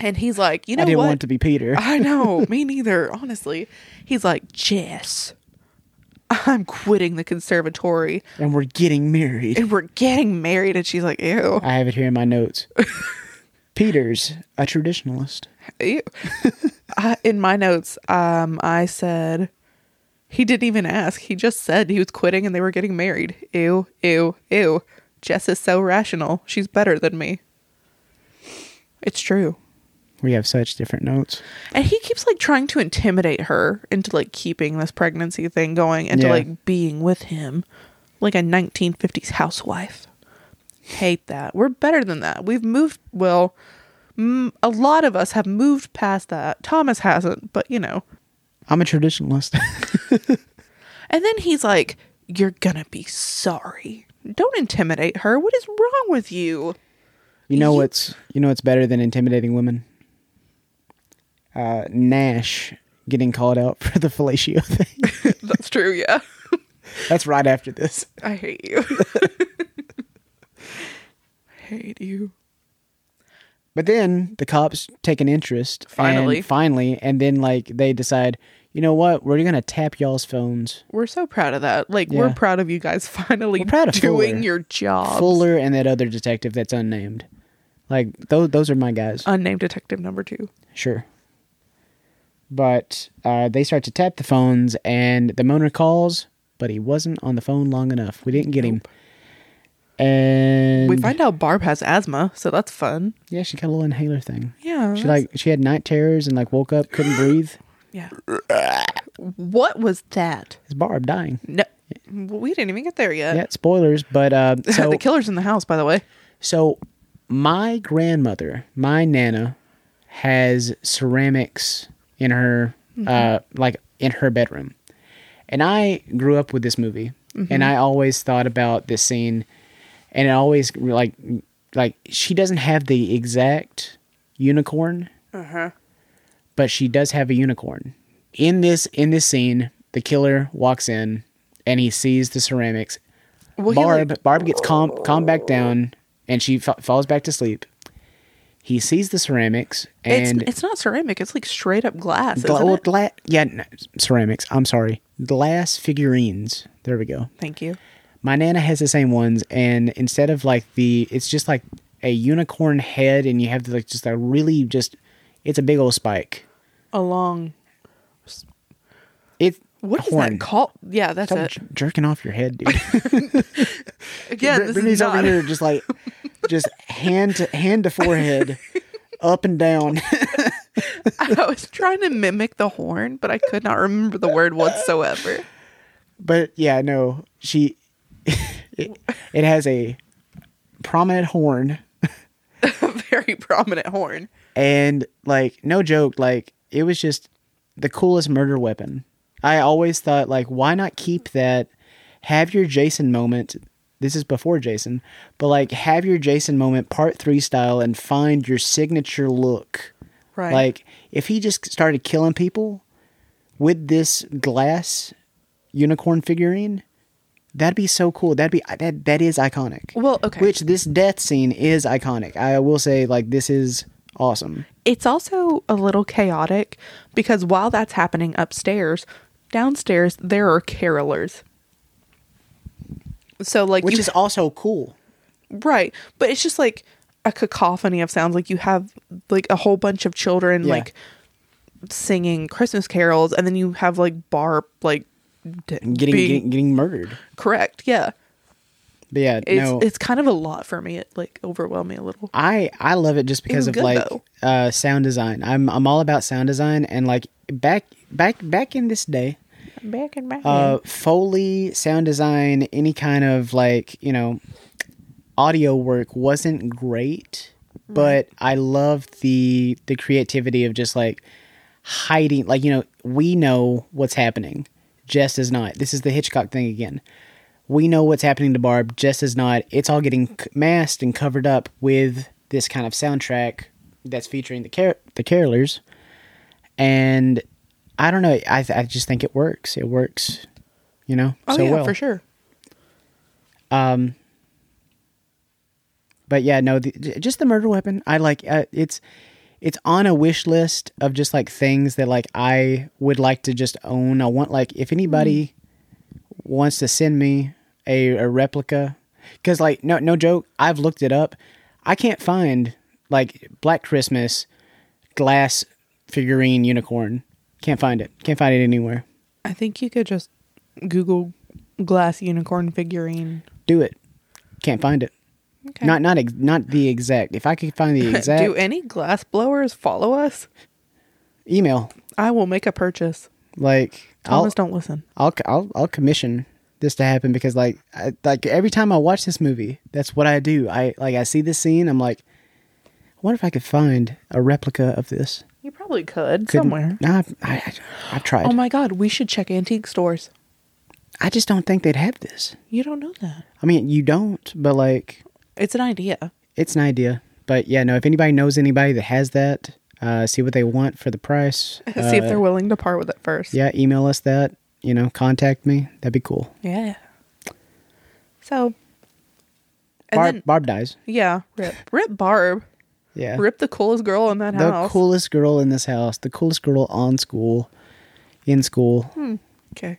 and he's like, you know I didn't what? want it to be Peter. I know, me neither, honestly. He's like, Jess, I'm quitting the conservatory and we're getting married. and we're getting married. And she's like, ew, I have it here in my notes. Peter's a traditionalist. ew. I, in my notes, um, I said, he didn't even ask. He just said he was quitting and they were getting married. Ew, ew, ew. Jess is so rational. She's better than me. It's true. We have such different notes. And he keeps like trying to intimidate her into like keeping this pregnancy thing going and Yeah. to like being with him like a 1950s housewife. Hate that. We're better than that. We've moved, well, m- a lot of us have moved past that. Thomas hasn't, but you know. I'm a traditionalist. And then he's like, You're gonna be sorry. Don't intimidate her. What is wrong with you? you know You- what's you know what's better than intimidating women? Uh, Nash getting called out for the fellatio thing. That's true, yeah. That's right after this. I hate you. hate you. But then the cops take an interest. Finally. And finally. And then, like, they decide, you know what? We're going to tap y'all's phones. We're so proud of that. Like we're Yeah. proud of you guys finally We're proud of doing Fuller. your job. Fuller and that other detective that's unnamed. Like, those, those are my guys. Unnamed detective number two. Sure. But uh, they start to tap the phones, and the moaner calls, but he wasn't on the phone long enough. We didn't get him. And We find out Barb has asthma, so that's fun. yeah, she got a little inhaler thing. Yeah. She that's- like she had night terrors and like woke up, couldn't breathe. Yeah. what was that? It's Barb dying. No we didn't even get there yet. Yeah, spoilers, but uh, so the killer's in the house, by the way. So, my grandmother, my nana, has ceramics in her, uh, like in her bedroom, and I grew up with this movie, and I always thought about this scene, and it always like, like she doesn't have the exact unicorn, but she does have a unicorn in this in this scene. the killer walks in and he sees the ceramics. Well, he, Barb like- Barb gets calm calm back down and she fa- falls back to sleep. He sees the ceramics and it's, it's not ceramic. It's like straight up glass. gla- oh, isn't well, it? gla- yeah, no, ceramics. I'm sorry. Glass figurines. There we go. Thank you. My nana has the same ones, and instead of like the, it's just like a unicorn head, and you have like just a really just, it's a big old spike. Along. It What is horn. that called? Yeah, that's Stop it. jer- jerking off your head, dude. Brit- Again, this Brittany's is not. over here just like, just hand to hand to forehead, up and down. I was trying to mimic the horn, but I could not remember the word whatsoever. but yeah, no, she, it, it has a prominent horn, Very prominent horn. and like no joke, like it was just the coolest murder weapon. I always thought like, why not keep that? Have your Jason moment. This is before Jason, but like have your Jason moment part three style and find your signature look. Right. Like if he just started killing people with this glass unicorn figurine, that'd be so cool. That'd be that that is iconic. Well, okay. Which this death scene is iconic. I will say like this is awesome. it's also a little chaotic because while that's happening upstairs, downstairs there are carolers. So like Which you is also cool. right, but it's just like a cacophony of sounds like you have like a whole bunch of children Yeah. like singing Christmas carols and then you have like barb like d- Getting being- getting, getting murdered. correct. Yeah. But yeah, It's no. it's kind of a lot for me. It like overwhelmed me a little. I I love it just because was of good, like though. uh sound design. I'm I'm all about sound design and like back back back in this day Back and back. uh, Foley sound design, any kind of like, you know, audio work wasn't great, but I loved the the creativity of just like hiding like, you know, we know what's happening. Jess is not. This is the Hitchcock thing again. We know what's happening to Barb. Jess is not. It's all getting c- masked and covered up with this kind of soundtrack that's featuring the car- the carolers and I don't know. I I just think it works. It works, you know, oh so yeah, well. for sure. But yeah, no, the, j- just the murder weapon. I like uh, it's it's on a wish list of just like things that like I would like to just own. I want like if anybody Mm. wants to send me a, a replica, because like no no joke, I've looked it up. I can't find like Black Christmas glass figurine unicorn. Can't find it. Can't find it anywhere. I think you could just Google glass unicorn figurine. do it. Can't find it. Okay. Not not ex- not the exact. If I could find the exact Do any glass blowers follow us? email, I will make a purchase. like I'll, Thomas, don't listen. I'll I'll I'll commission this to happen because like I, like every time I watch this movie, that's what I do. I like I see this scene, I'm like, I wonder if I could find a replica of this You probably could Couldn't- somewhere. Nah, I, I I've tried. Oh my god, we should check antique stores. I just don't think they'd have this. You don't know that. I mean, you don't, but like It's an idea. it's an idea. But yeah, no. If anybody knows anybody that has that, uh, see what they want for the price. See if Uh, they're willing to part with it first. yeah email us that you know contact me that'd be cool Yeah. So and barb, then barb dies yeah, rip. Rip Barb. yeah Rip the coolest girl in that the house. coolest girl in this house the coolest girl on school in school Hmm. okay.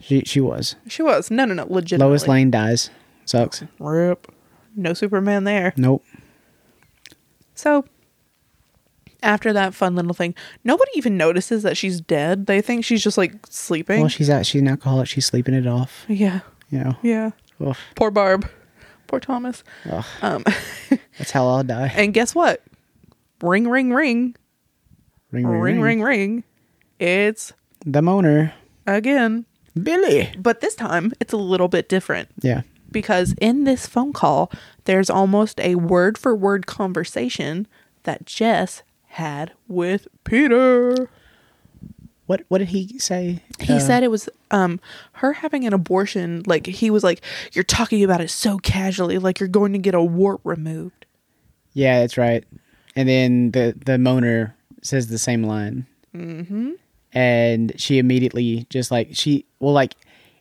she she was She was. No, no, no. Legitimately. lois lane dies sucks Rip. No Superman there. nope So after that fun little thing, nobody even notices that she's dead. They think she's just like sleeping. well she's out she's an alcoholic she's sleeping it off yeah. you know Yeah. Oof. Poor Barb. Poor Thomas. Ugh. Um that's how i'll die and guess what? Ring ring ring. ring Ring ring ring. It's the moaner again, billy but this time it's a little bit different yeah because in this phone call there's almost a word for word conversation that Jess had with Peter. what what did he say He Uh, said it was um her having an abortion. Like he was like, "You're talking about it so casually, like you're going to get a wart removed." Mm-hmm. Yeah, that's right. And then the the moaner says the same line. and she immediately just like she well like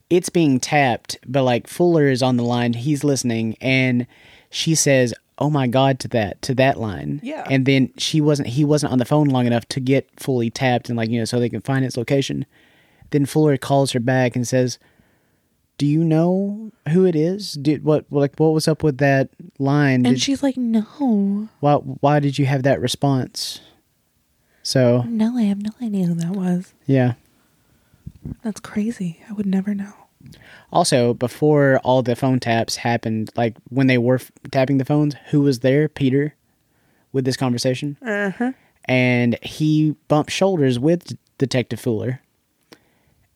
it's being tapped but like fuller is on the line he's listening and she says oh my god to that to that line Yeah. and then she wasn't he wasn't on the phone long enough to get fully tapped and like you know so they can find its location then fuller calls her back and says do you know who it is did what like what was up with that line And Did- she's like, no, why why did you have that response so no, I have no idea who that was. yeah That's crazy. I would never know. Also, before all the phone taps happened, like when they were f- tapping the phones, who was there? Peter with this conversation. Uh-huh. And he bumped shoulders with Detective Fuller.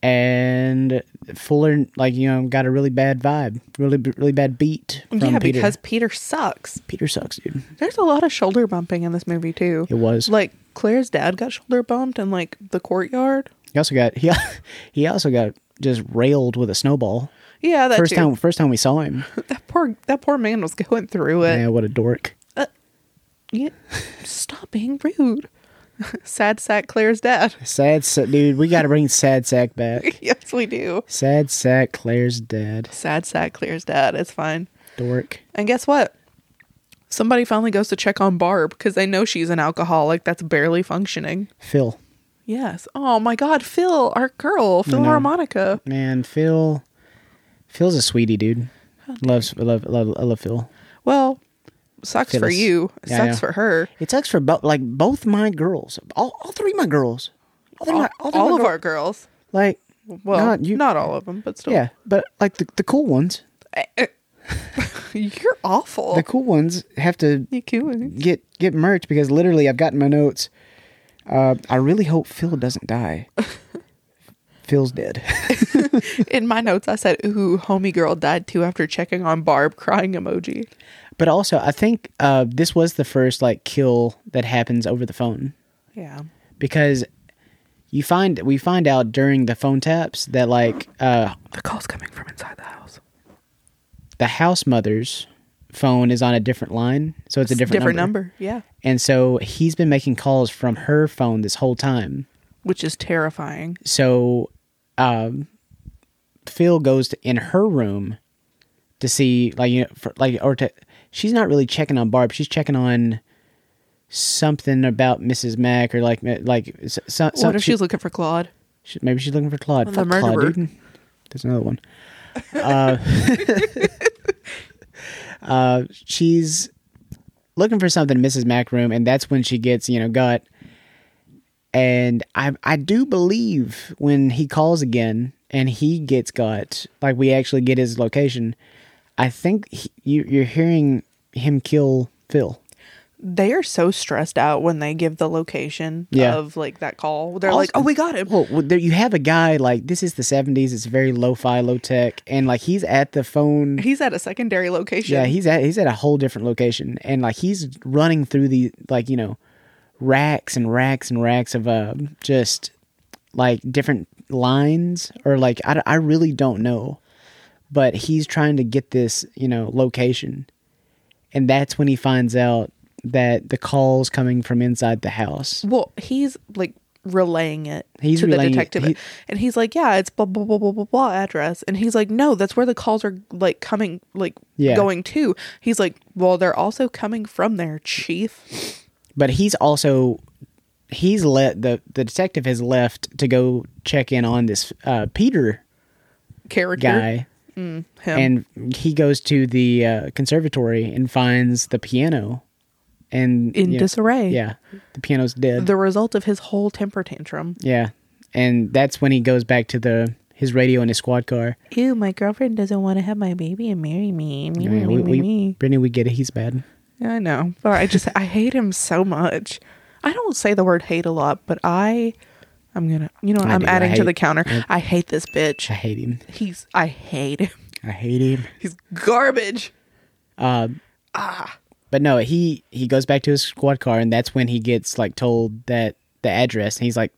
And Fuller, like, you know, got a really bad vibe, really, really bad beat from yeah, Peter. because Peter sucks. Peter sucks, dude. There's a lot of shoulder bumping in this movie too. It was. like Claire's dad got shoulder bumped in like the courtyard. He also got, he, he also got just railed with a snowball. Yeah, that First too. time, first time we saw him. That poor that poor man was going through it. Uh, Man, what a dork. Yeah. Stop being rude. Sad sack Claire's dad. Sad, sa- dude. We got to bring Sad Sack back. yes, we do. Sad sack Claire's dad. Sad sack Claire's dad. It's fine. Dork. And guess what? Somebody finally goes to check on Barb because they know she's an alcoholic that's barely functioning. Phil. Yes. Oh my God, Phil, our girl, Phil Harmonica. Man, Phil Phil's a sweetie, dude. Loves I love, love I love Phil. Well, sucks for Phyllis. you. Yeah, I sucks know. for her. It sucks for both like both my girls. All, all three of my girls. All, three All, my- all three all my of girl- our girls. like Well, not not, you all of them, but still. Eh, Yeah. But like the, the cool ones. You're awful. The cool ones have to You cool. get get merch because literally I've gotten my notes. Uh, I really hope Phil doesn't die. Phil's dead. In my notes, I said, ooh, homie girl died too after checking on Barb, crying emoji. but also, I think uh, this was the first like kill that happens over the phone. Yeah. because you find we find out during the phone taps that like uh The call's coming from inside the house. the house mother's phone is on a different line so it's a different, number. Yeah. and so he's been making calls from her phone this whole time Which is terrifying. so um phil goes to, in her room to see like you know for, like or to she's not really checking on barb she's checking on something about mrs mack or like like so, so, what if she- she's looking for Claude? She, maybe she's looking for Claude. The Fuck Claude, murderer. dude. There's another one. Uh, uh, she's looking for something in Mrs. Mack room, and that's when she gets you know gut. And I I do believe when he calls again and he gets gut, like we actually get his location. I think he, you you're hearing him kill Phil. They are so stressed out when they give the location Yeah. of like that call. They're Also- like, oh, we got him. Well, well, there, you have a guy like this is the 70s. It's very lo-fi, low-tech, and like he's at the phone. He's at a secondary location. Yeah, he's at he's at a whole different location, and like he's running through the like you know racks and racks and racks of uh just like different lines or like I, d- I really don't know, but he's trying to get this you know location, and that's when he finds out that the calls coming from inside the house. Well, he's like relaying it He's to relaying it. the detective. He- and he's like, Yeah, it's blah blah blah blah blah blah address. And he's like, No, that's where the calls are like coming like Yeah. going to. He's like, Well, they're also coming from there, Chief. but he's also he's let the the detective has left to go check in on this uh peter Character guy him. and he goes to the uh, conservatory and finds the piano and In yeah, disarray. yeah the piano's dead the result of his whole temper tantrum. yeah and that's when he goes back to the his radio and his squad car Ew, my girlfriend doesn't want to have my baby and marry me. Me, I mean, me, we, me, we, me. brittany we get it he's bad I know, but I just I hate him so much. I don't say the word hate a lot, but I I'm gonna you know what, I I'm do. I adding to hate- the counter. I hate this bitch. i hate him He's I hate him. i hate him He's garbage. But no, he he goes back to his squad car, and that's when he gets like told that the address, and he's like,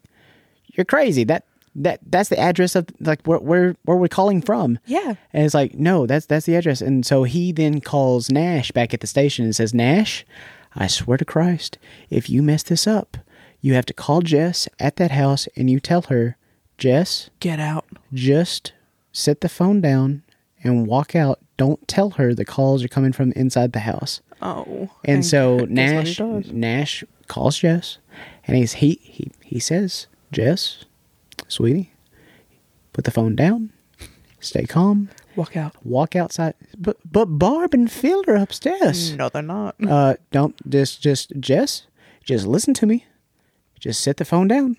"You're crazy. That that that's the address of like where where where we're calling from." Yeah. And it's like, no, that's that's the address. And so he then calls Nash back at the station and says, Nash, I swear to Christ, if you mess this up, You have to call Jess at that house and you tell her, Jess, Get out. just set the phone down and walk out. Don't tell her the calls are coming from inside the house. Oh. And so that's what he Nash does. Nash calls Jess, and he's he he he says, Jess, sweetie, put the phone down, stay calm, Walk out. walk outside. But but Barb and Phil are upstairs. No, they're not. Uh, don't just just Jess, just listen to me, just set the phone down.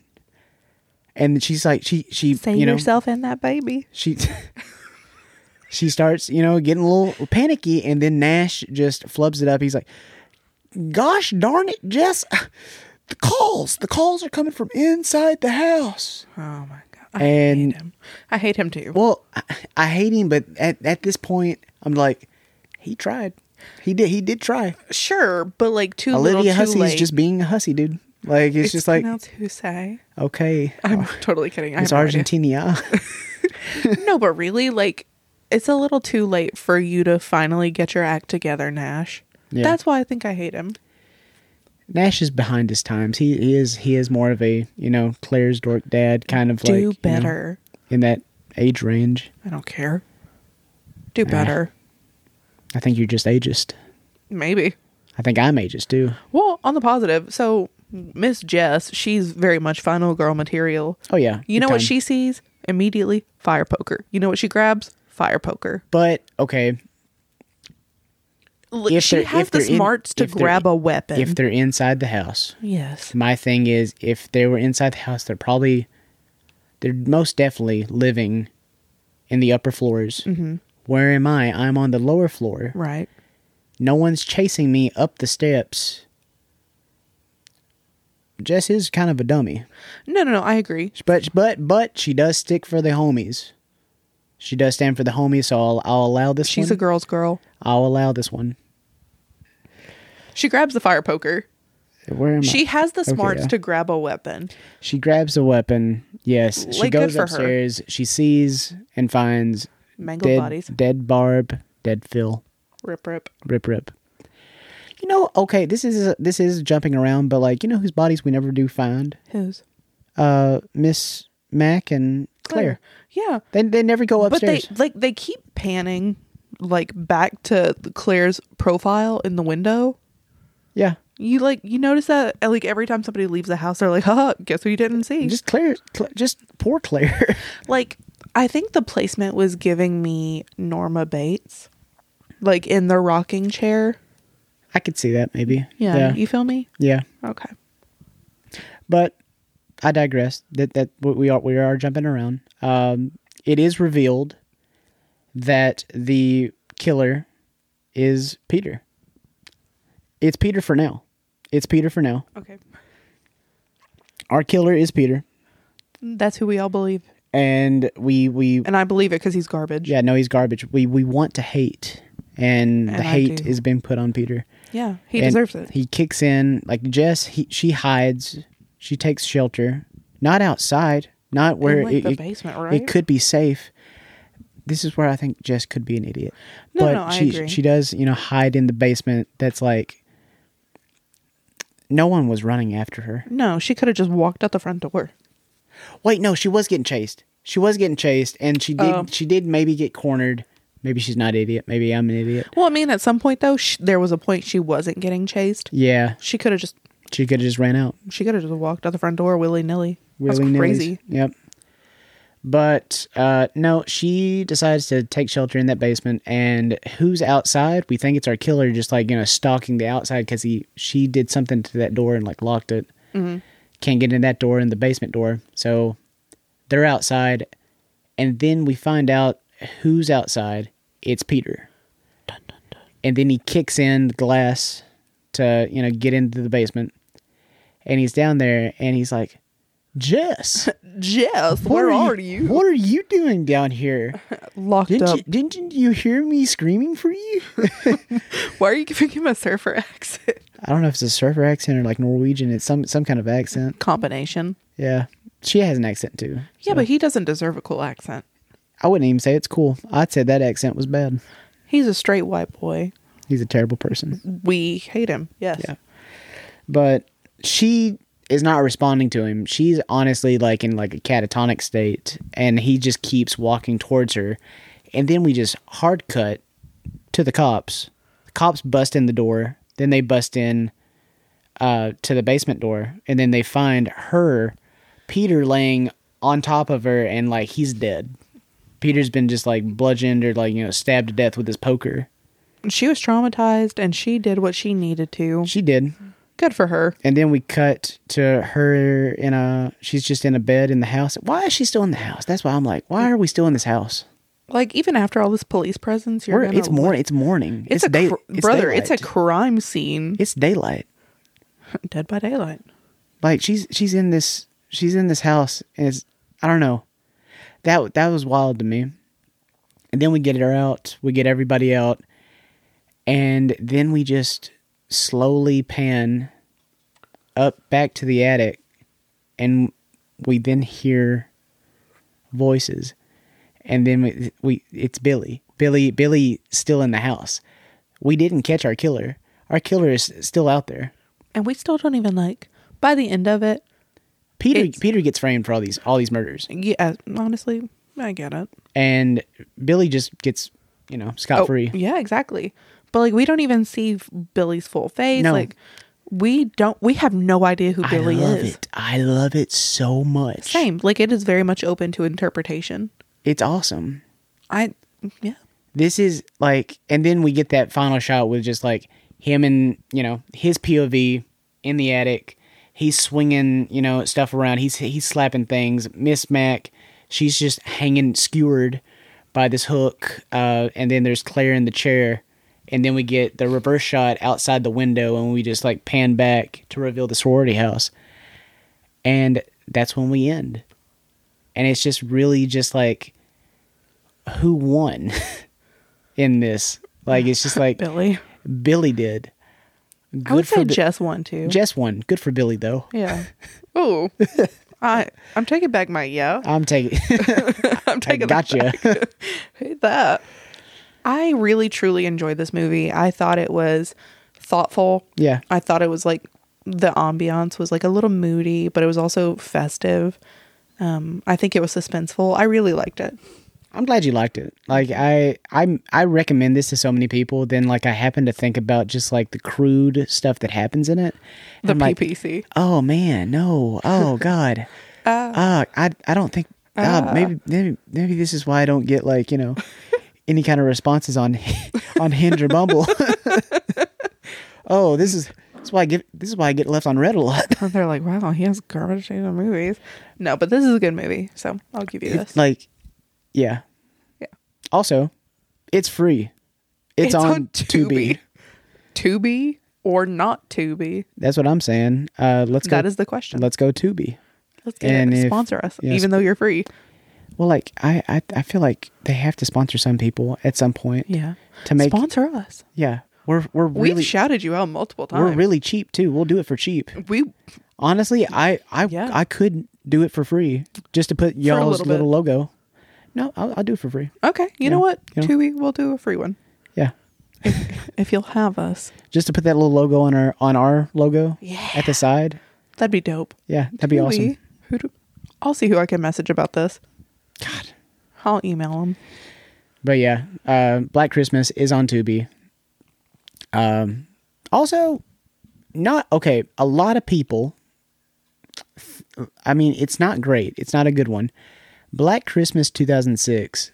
And she's like, she she Save you know yourself and that baby. she. She starts, you know, getting a little panicky, and then Nash just flubs it up. He's like, gosh darn it, Jess. The calls, the calls are coming from inside the house. Oh my god. I And hate him. I hate him too. well, I, I hate him, but at, at this point, I'm like, he tried. He did. He did try. sure, but like too Olivia little, too Hussey's late. just being a hussy, dude. Like it's, just like pronounced Husay. okay, I'm totally kidding. I it's have no idea. Argentina. No, but really, like, it's a little too late for you to finally get your act together, Nash. Yeah. That's why I think I hate him. Nash is behind his times. He, he is he is more of a you know Claire's dork dad kind of like you Do know, better. in that age range. I don't care. Do better. I think you're just ageist. Maybe. I think I'm ageist too. Well, on the positive, so Miss Jess, she's very much final girl material. Oh yeah, You know big what time. she sees? Immediately, fire poker. You know what she grabs? Fire poker. But okay, Look, If she they're- has if the they're in- smarts to if they're grab in- a weapon. if they're inside the house, yes. my thing is if they were inside the house, they're probably they're most definitely living in the upper floors. Mm-hmm. Where am I? I'm on the lower floor. Right. No one's chasing me up the steps. Jess is kind of a dummy, No, no, no. I agree. but but but she does stick for the homies. She does stand for the homies, so I'll, I'll allow this. She's one. a girl's girl. I'll allow this one. She grabs the fire poker. Where am I? She has the Mm. Okay, smarts yeah. to grab a weapon. She grabs a weapon. Yes, she Like, good goes for her. upstairs. She sees and finds Mangled dead, bodies. dead Barb, dead Phil, Rip, rip. rip rip. You know, okay, this is this is jumping around, but like you know whose bodies we never do find. Who's? Uh, Miss Mac and Claire. Yeah. They they never go But they upstairs. like they keep panning like back to Claire's profile in the window. yeah, You like you notice that uh, like every time somebody leaves the house, they're like, "Huh, guess who you didn't see?" just Claire, Cla- just poor Claire. like I think the placement was giving me Norma Bates, like in the rocking chair. I could see that maybe. Yeah, yeah, you feel me? yeah. Okay. But I digress. That that we are we are jumping around. Um, it is revealed that the killer is Peter. It's Peter for now. It's Peter for now. Okay. Our killer is Peter, That's who we all believe, and we we and I believe it because he's garbage. yeah no he's garbage. We we want to hate, and, the And I hate do. is being put on Peter. Yeah, he And deserves it. He kicks in like Jess. He she hides. She takes shelter, not outside, not where like, it, the it- basement, it right? could be safe. This is where I think Jess could be an idiot. No, but no, I she agree. she does you know hide in the basement. That's like no one was running after her. no, she could have just walked out the front door. Wait, no, she was getting chased. She was getting chased, and she did Oh. she did maybe get cornered. Maybe she's not an idiot. Maybe I'm an idiot. Well, I mean, at some point though, sh there was a point she wasn't getting chased. Yeah, She could have just she could have just ran out. she could have just walked out the front door willy nilly. That's willy-nillys. crazy. Yep. But uh, no, she decides to take shelter in that basement. And who's outside? We think it's our killer, just like you know, stalking the outside because he she did something to that door and like locked it. Mm-hmm. Can't get in that door in the basement door, so they're outside. And then we find out who's outside. It's Peter. And then he kicks in the glass to you know get into the basement, and he's down there and he's like, Jess. Jess, where are you? What are you doing down here? Locked Didn't up. you, didn't you hear me screaming for you? Why are you giving him a surfer accent? I don't know if it's a surfer accent or like Norwegian. It's some some kind of accent. Combination. Yeah, she has an accent too. Yeah, but he doesn't deserve a cool accent. I wouldn't even say it's cool. I'd say that accent was bad. He's a straight white boy. He's a terrible person. We hate him. Yes. Yeah. But she is not responding to him. She's honestly like in like a catatonic state, and he just keeps walking towards her. And then we just hard cut to the cops. The cops bust in the door. Then they bust in uh, to the basement door, and then they find her, Peter, laying on top of her, and like he's dead. Peter's been just like bludgeoned or like you know stabbed to death with his poker. She was traumatized and she did what she needed to. She did. Good for her. And then we cut to her in a. She's just in a bed in the house. Why is she still in the house? That's why I'm like, why are we still in this house? Like even after all this police presence, you're We're, gonna it's more. It's morning. It's, a day- cr- brother. daylight. It's a crime scene. It's daylight. Dead by daylight. Like she's she's in this she's in this house. And it's I don't know. That that was wild to me. And then we get her out. We get everybody out. And then we just slowly pan up back to the attic and we then hear voices. And then we, we it's Billy. Billy Billy still in the house. We didn't catch our killer. Our killer is still out there. And we still don't even like. By the end of it, Peter It's- Peter gets framed for all these all these murders. yeah. uh, Honestly, I get it. And Billy just gets, you know, scot Oh, free. Yeah, exactly. But like we don't even see Billy's full face. No. Like we don't we have no idea who Billy I love is. it. I love it so much. Same. Like it is very much open to interpretation. It's awesome. I yeah. This is like and then we get that final shot with just like him and, you know, his POV in the attic. He's swinging, you know, stuff around. He's he's slapping things. Miss Mac, she's just hanging skewered by this hook. Uh, and then there's Claire in the chair. And then we get the reverse shot outside the window, and we just like pan back to reveal the sorority house. And that's when we end. And it's just really just like who won in this? Like it's just like Billy. Billy did. Good I would say Bi- Jess one too. Jess won. Good for Billy though. yeah. Oh. I I'm taking back my yeah. I'm taking. I I'm taking that gotcha. hate that. I really truly enjoyed this movie. I thought it was thoughtful. Yeah. I thought it was like the ambiance was like a little moody, but it was also festive. Um, I think it was suspenseful. I really liked it. I'm glad you liked it. Like I, I, I recommend this to so many people. Then like I happen to think about just like the crude stuff that happens in it. And The I'm like, PPC. oh man, no. Oh god. uh, I, I don't think. uh. God, maybe, maybe, maybe this is why I don't get like you know any kind of responses on on Hinge or Bumble. oh, this is this is why I get this is why I get left on red a lot. And they're like, wow, he has garbage in the movies. No, but this is a good movie, so I'll give you It- this. like, yeah. Yeah. Also, it's free. It's, on, Tubi. Tubi or not Tubi? That's what I'm saying. Uh, let's go. That is the question. Let's go Tubi. Let's get and it. if- Sponsor us, yeah, even sp- though you're free. Well, like I, I, I feel like they have to sponsor some people at some point. Yeah. To make Sponsor us. yeah, we're we're really We've shouted you out multiple times. we're really cheap too. We'll do it for cheap. we Honestly, I I Yeah. I could do it for free just to put y'all's little little, bit. logo. No, I'll, I'll do it for free. okay. You know Yeah, what? yeah. Tubi, we'll do a free one Yeah. if you'll have us. Just to put that little logo on our on our logo at the side. That'd be dope. Yeah, that'd be Tubi, awesome. Who do, I'll see who I can message about this. God. I'll email him. But yeah, uh, Black Christmas is on Tubi. Um, also, not okay. A lot of people. I mean, it's not great. It's not a good one. Black Christmas 2006.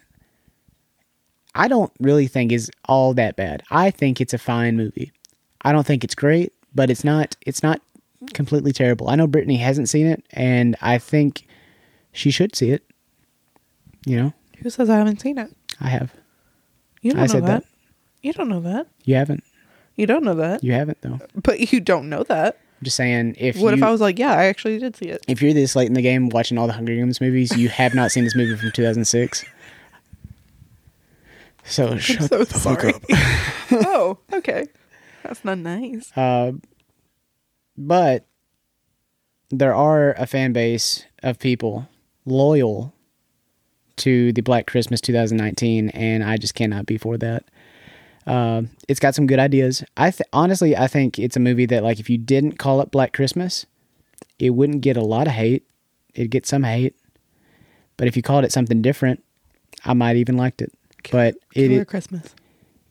I don't really think is all that bad. I think it's a fine movie. I don't think it's great, but it's not. It's not completely terrible. I know Brittany hasn't seen it, and I think she should see it. You know, Who says I haven't seen it? I have. You don't I know said that. that. You don't know that. You haven't. You don't know that. You haven't though. But you don't know that. I'm just saying if What if you- I was like, yeah, I actually did see it? if you're this late in the game watching all the Hunger Games movies, you have not seen this movie from 2006. So I'm shut so the fuck sorry. up. oh, okay. That's not nice. But there are a fan base of people loyal to the Black Christmas 2019, and I just cannot be for that. Um, it's got some good ideas. I th- honestly, I think it's a movie that, like, if you didn't call it Black Christmas, it wouldn't get a lot of hate. It'd get some hate. But if you called it something different, I might even liked it. But it, Killer it Christmas.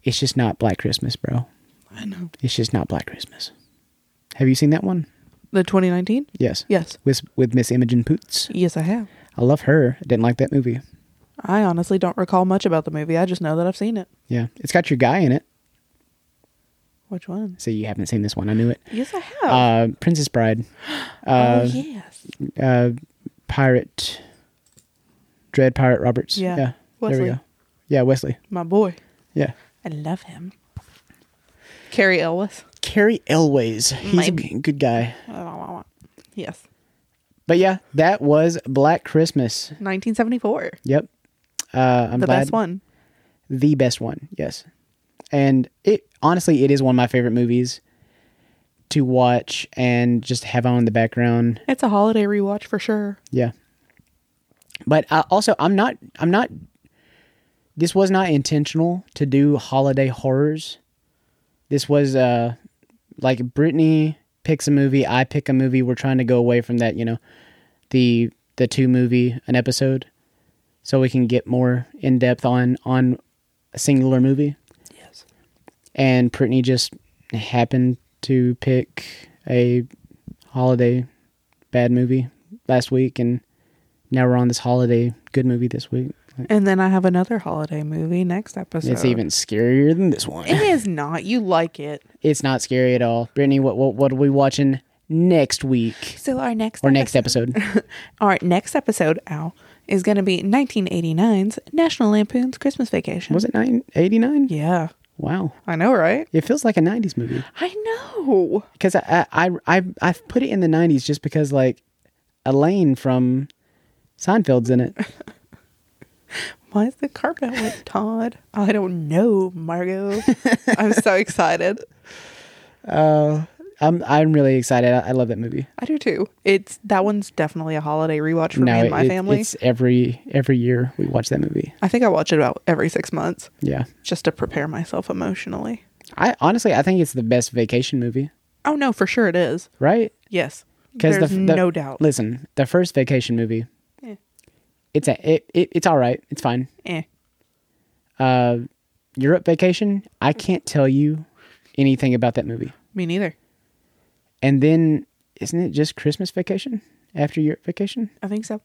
it's just not Black Christmas, bro. I know. It's just not Black Christmas. Have you seen that one? The 2019? Yes. Yes. With with Miss Imogen Poots. Yes, I have. I love her. I didn't like that movie. I honestly don't recall much about the movie. I just know that I've seen it. Yeah. It's got your guy in it. Which one? So you haven't seen this one. I knew it. Yes, I have. Uh, Princess Bride, oh, yes. uh, Pirate, Dread Pirate Roberts. yeah. Yeah. There we Wesley. go. Yeah, Wesley. My boy. Yeah. I love him. Carrie Ellis. Carrie Elways. He's a Maybe. g- good guy. Yes. But yeah, that was Black Christmas. 1974. Yep. Uh, I'm the glad. best one. The best one. Yes. And it honestly, it is one of my favorite movies to watch and just have on in the background. It's a holiday rewatch for sure. Yeah. But I, also, I'm not. I'm not. This was not intentional to do holiday horrors. This was uh, like Brittany picks a movie, I pick a movie. We're trying to go away from that, you know, the the two movie an episode, so we can get more in depth on on a singular movie. Yes. And Brittany just happened to pick a holiday bad movie last week, and now we're on this holiday good movie this week. And then I have another holiday movie next episode. It's even scarier than this one. It is not. You like it. it's not scary at all. Brittany, what what what are we watching next week So our next or next episode? Our next episode, ow, is going to be 1989's National Lampoon's Christmas Vacation. Was it nine eighty nine? Yeah. Wow, I know, right? it feels like a nineties movie I know. because I I I I I've put it in the nineties just because like Elaine from Seinfeld's in it. Why is the carpet wet, Todd? I don't know, Margot. I'm so excited. I'm I'm really excited. I, I love that movie. I do too. It's that one's definitely a holiday rewatch for me and my it- family. it's every every year we watch that movie. I think I watch it about every six months Yeah, just to prepare myself emotionally. I honestly I think it's the best vacation movie, Oh no, for sure it is. right? Yes, Because there's no doubt. Listen, the first vacation movie, Yeah. it's a, it, it it's all right. It's fine. Eh. Uh, Europe vacation, I can't tell you anything about that movie. Me neither. And then isn't it just Christmas vacation after Europe vacation? I think so.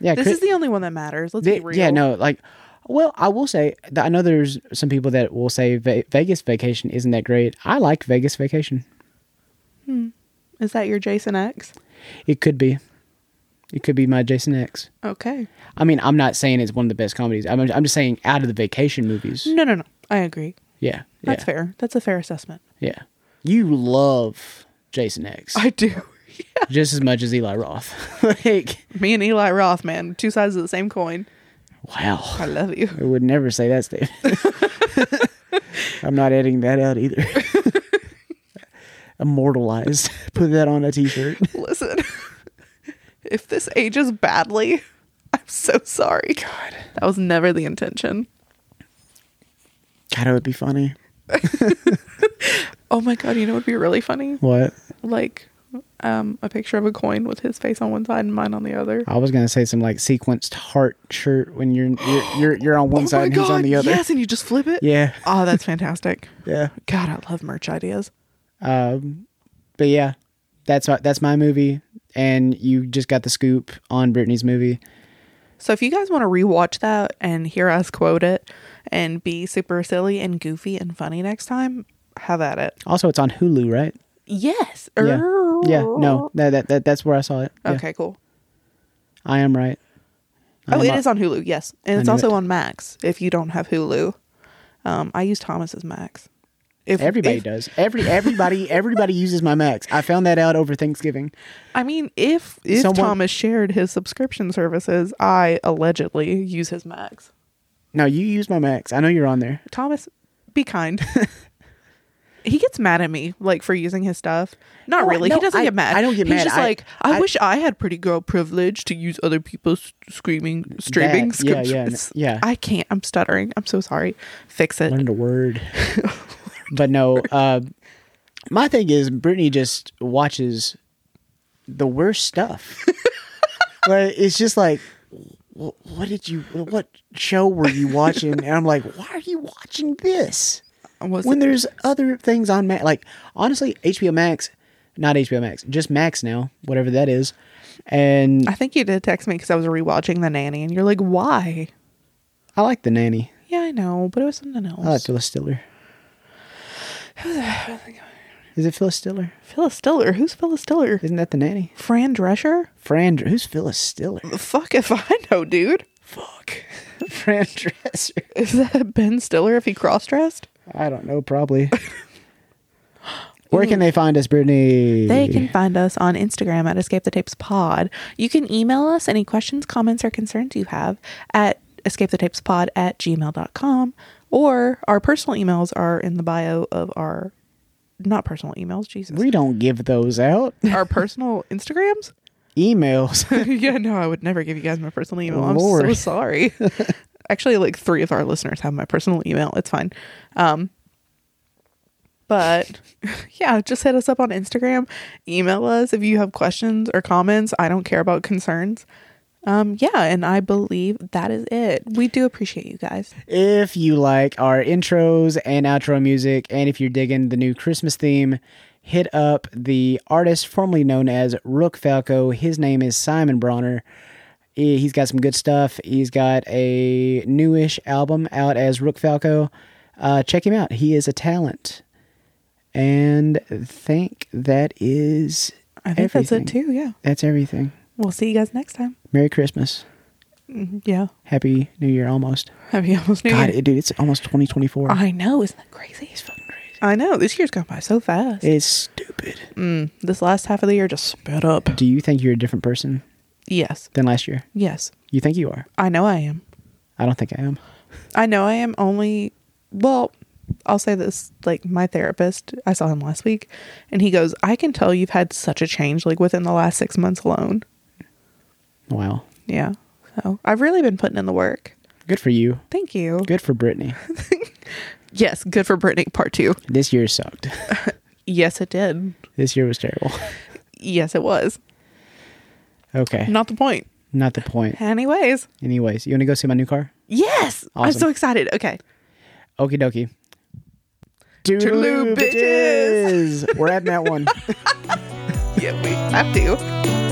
Yeah, This Chri- is the only one that matters. Let's they- be real. yeah no like. Well, I will say that I know there's some people that will say Ve- Vegas vacation isn't that great. I like Vegas vacation. Is that your Jason X? It could be. It could be my Jason X. Okay. I mean, I'm not saying it's one of the best comedies. I'm, I'm just saying out of the vacation movies. No, no, no. I agree. Yeah. Mm. That's yeah, fair. That's a fair assessment. Yeah. You love Jason X do. just as much as Eli Roth. like, Me and Eli Roth, man, two sides of the same coin. I wow. love you. I would never say that statement. I'm not editing that out either. Immortalized. Put that on a t shirt. Listen, if this ages badly, I'm so sorry. God. That was never the intention. God, it would be funny. Oh my God, you know what would be really funny? What? Like um, a picture of a coin with his face on one side and mine on the other. I was gonna say some like sequenced heart shirt when you're you're you're, you're on one Oh side my and he's on the other. Yes, and you just flip it? Yeah. Oh, that's fantastic. Yeah. God, I love merch ideas. But yeah, that's my that's my movie, and you just got the scoop on Brittany's movie. So if you guys want to rewatch that and hear us quote it and be super silly and goofy and funny next time, have at it. Also, it's on Hulu, right? Yes. Yeah. Yeah. No, that, that, that that's where I saw it. Yeah. Okay, cool. I am right. I Oh, am it right. is on Hulu, yes. And it's knew also it. on Max if you don't have Hulu. Um, I use Thomas's Max. If Everybody if- does. Every everybody everybody uses my Max. I found that out over Thanksgiving. I mean, if if Someone- Thomas shared his subscription services, I allegedly use his Max. No, you use my Max. I know you're on there. Thomas, be kind. he gets mad at me like for using his stuff. Not No, really. no, he doesn't I- get mad. I don't get He's mad. just I- like, I, I- wish I had pretty girl privilege to use other people's screaming, streaming. That- yeah, yeah, subscriptions." n- yeah. I can't. I'm stuttering. I'm so sorry. Fix it. Learned a word. but no, uh, my thing is Brittany just watches the worst stuff. like it's just like, wh- what did you? What show were you watching? And I'm like, why are you watching this? Was when it- there's other things on Max. Like honestly, HBO Max, not HBO Max, just Max now, whatever that is. And I think you did text me because I was rewatching The Nanny, and you're like, why? I like the nanny. Yeah, I know, but it was something else. I like Phyllis Stiller. Is it Phyllis Stiller? Phyllis Stiller. Who's Phyllis Stiller? Isn't that the nanny? Fran Drescher? Fran, Dr- who's Phyllis Stiller? Fuck if I know, dude. Fuck, Fran Dresser. Is that Ben Stiller if he cross dressed? I don't know, probably. Where can they find us, Brittany? They can find us on Instagram at Escape the Tapes Pod. You can email us any questions, comments, or concerns you have at escape the tapes pod at gmail.com or our personal emails are in the bio of our not personal emails, Jesus. We don't give those out. our personal Instagrams? Emails. yeah, no, I would never give you guys my personal email. I'm so Lord. sorry. Actually, like three of our listeners have my personal email. It's fine. Um, but yeah, just hit us up on Instagram. Email us if you have questions or comments. I don't care about concerns. Um, yeah, and I believe that is it. We do appreciate you guys. if you like our intros and outro music, and if you're digging the new Christmas theme, hit up the artist formerly known as Rook Falco. His name is Simon Bronner. He- He's got some good stuff. He's got a newish album out as Rook Falco. Uh, check him out. He is a talent. And think that is. I think everything. that's it too. Yeah. That's everything. We'll see you guys next time. Merry Christmas. Yeah. Happy New Year almost. Happy almost new God, year. it, dude, it's almost 2024. I know, isn't that crazy? It's fucking crazy. I know. This year's gone by so fast. it's stupid. this last half of the year just sped up. Do you think you're a different person Yes. than last year? Yes. You think you are? I know I am. I don't think I am. I know I am only well, I'll say this like my therapist, I saw him last week and he goes, "I can tell you've had such a change like within the last 6 months alone." Wow. Yeah. So, I've really been putting in the work. Good for you. Thank you. Good for Brittany. Yes, good for Brittany part 2. This year sucked. Yes, it did. This year was terrible. Yes, it was. Okay. Not the point. Not the point. Anyways. Anyways, you want to go see my new car? Yes. I'm Awesome. so excited. Okay. Okie dokie. Toodaloo, bitches. bitches. We're adding that one. Yeah, we have to.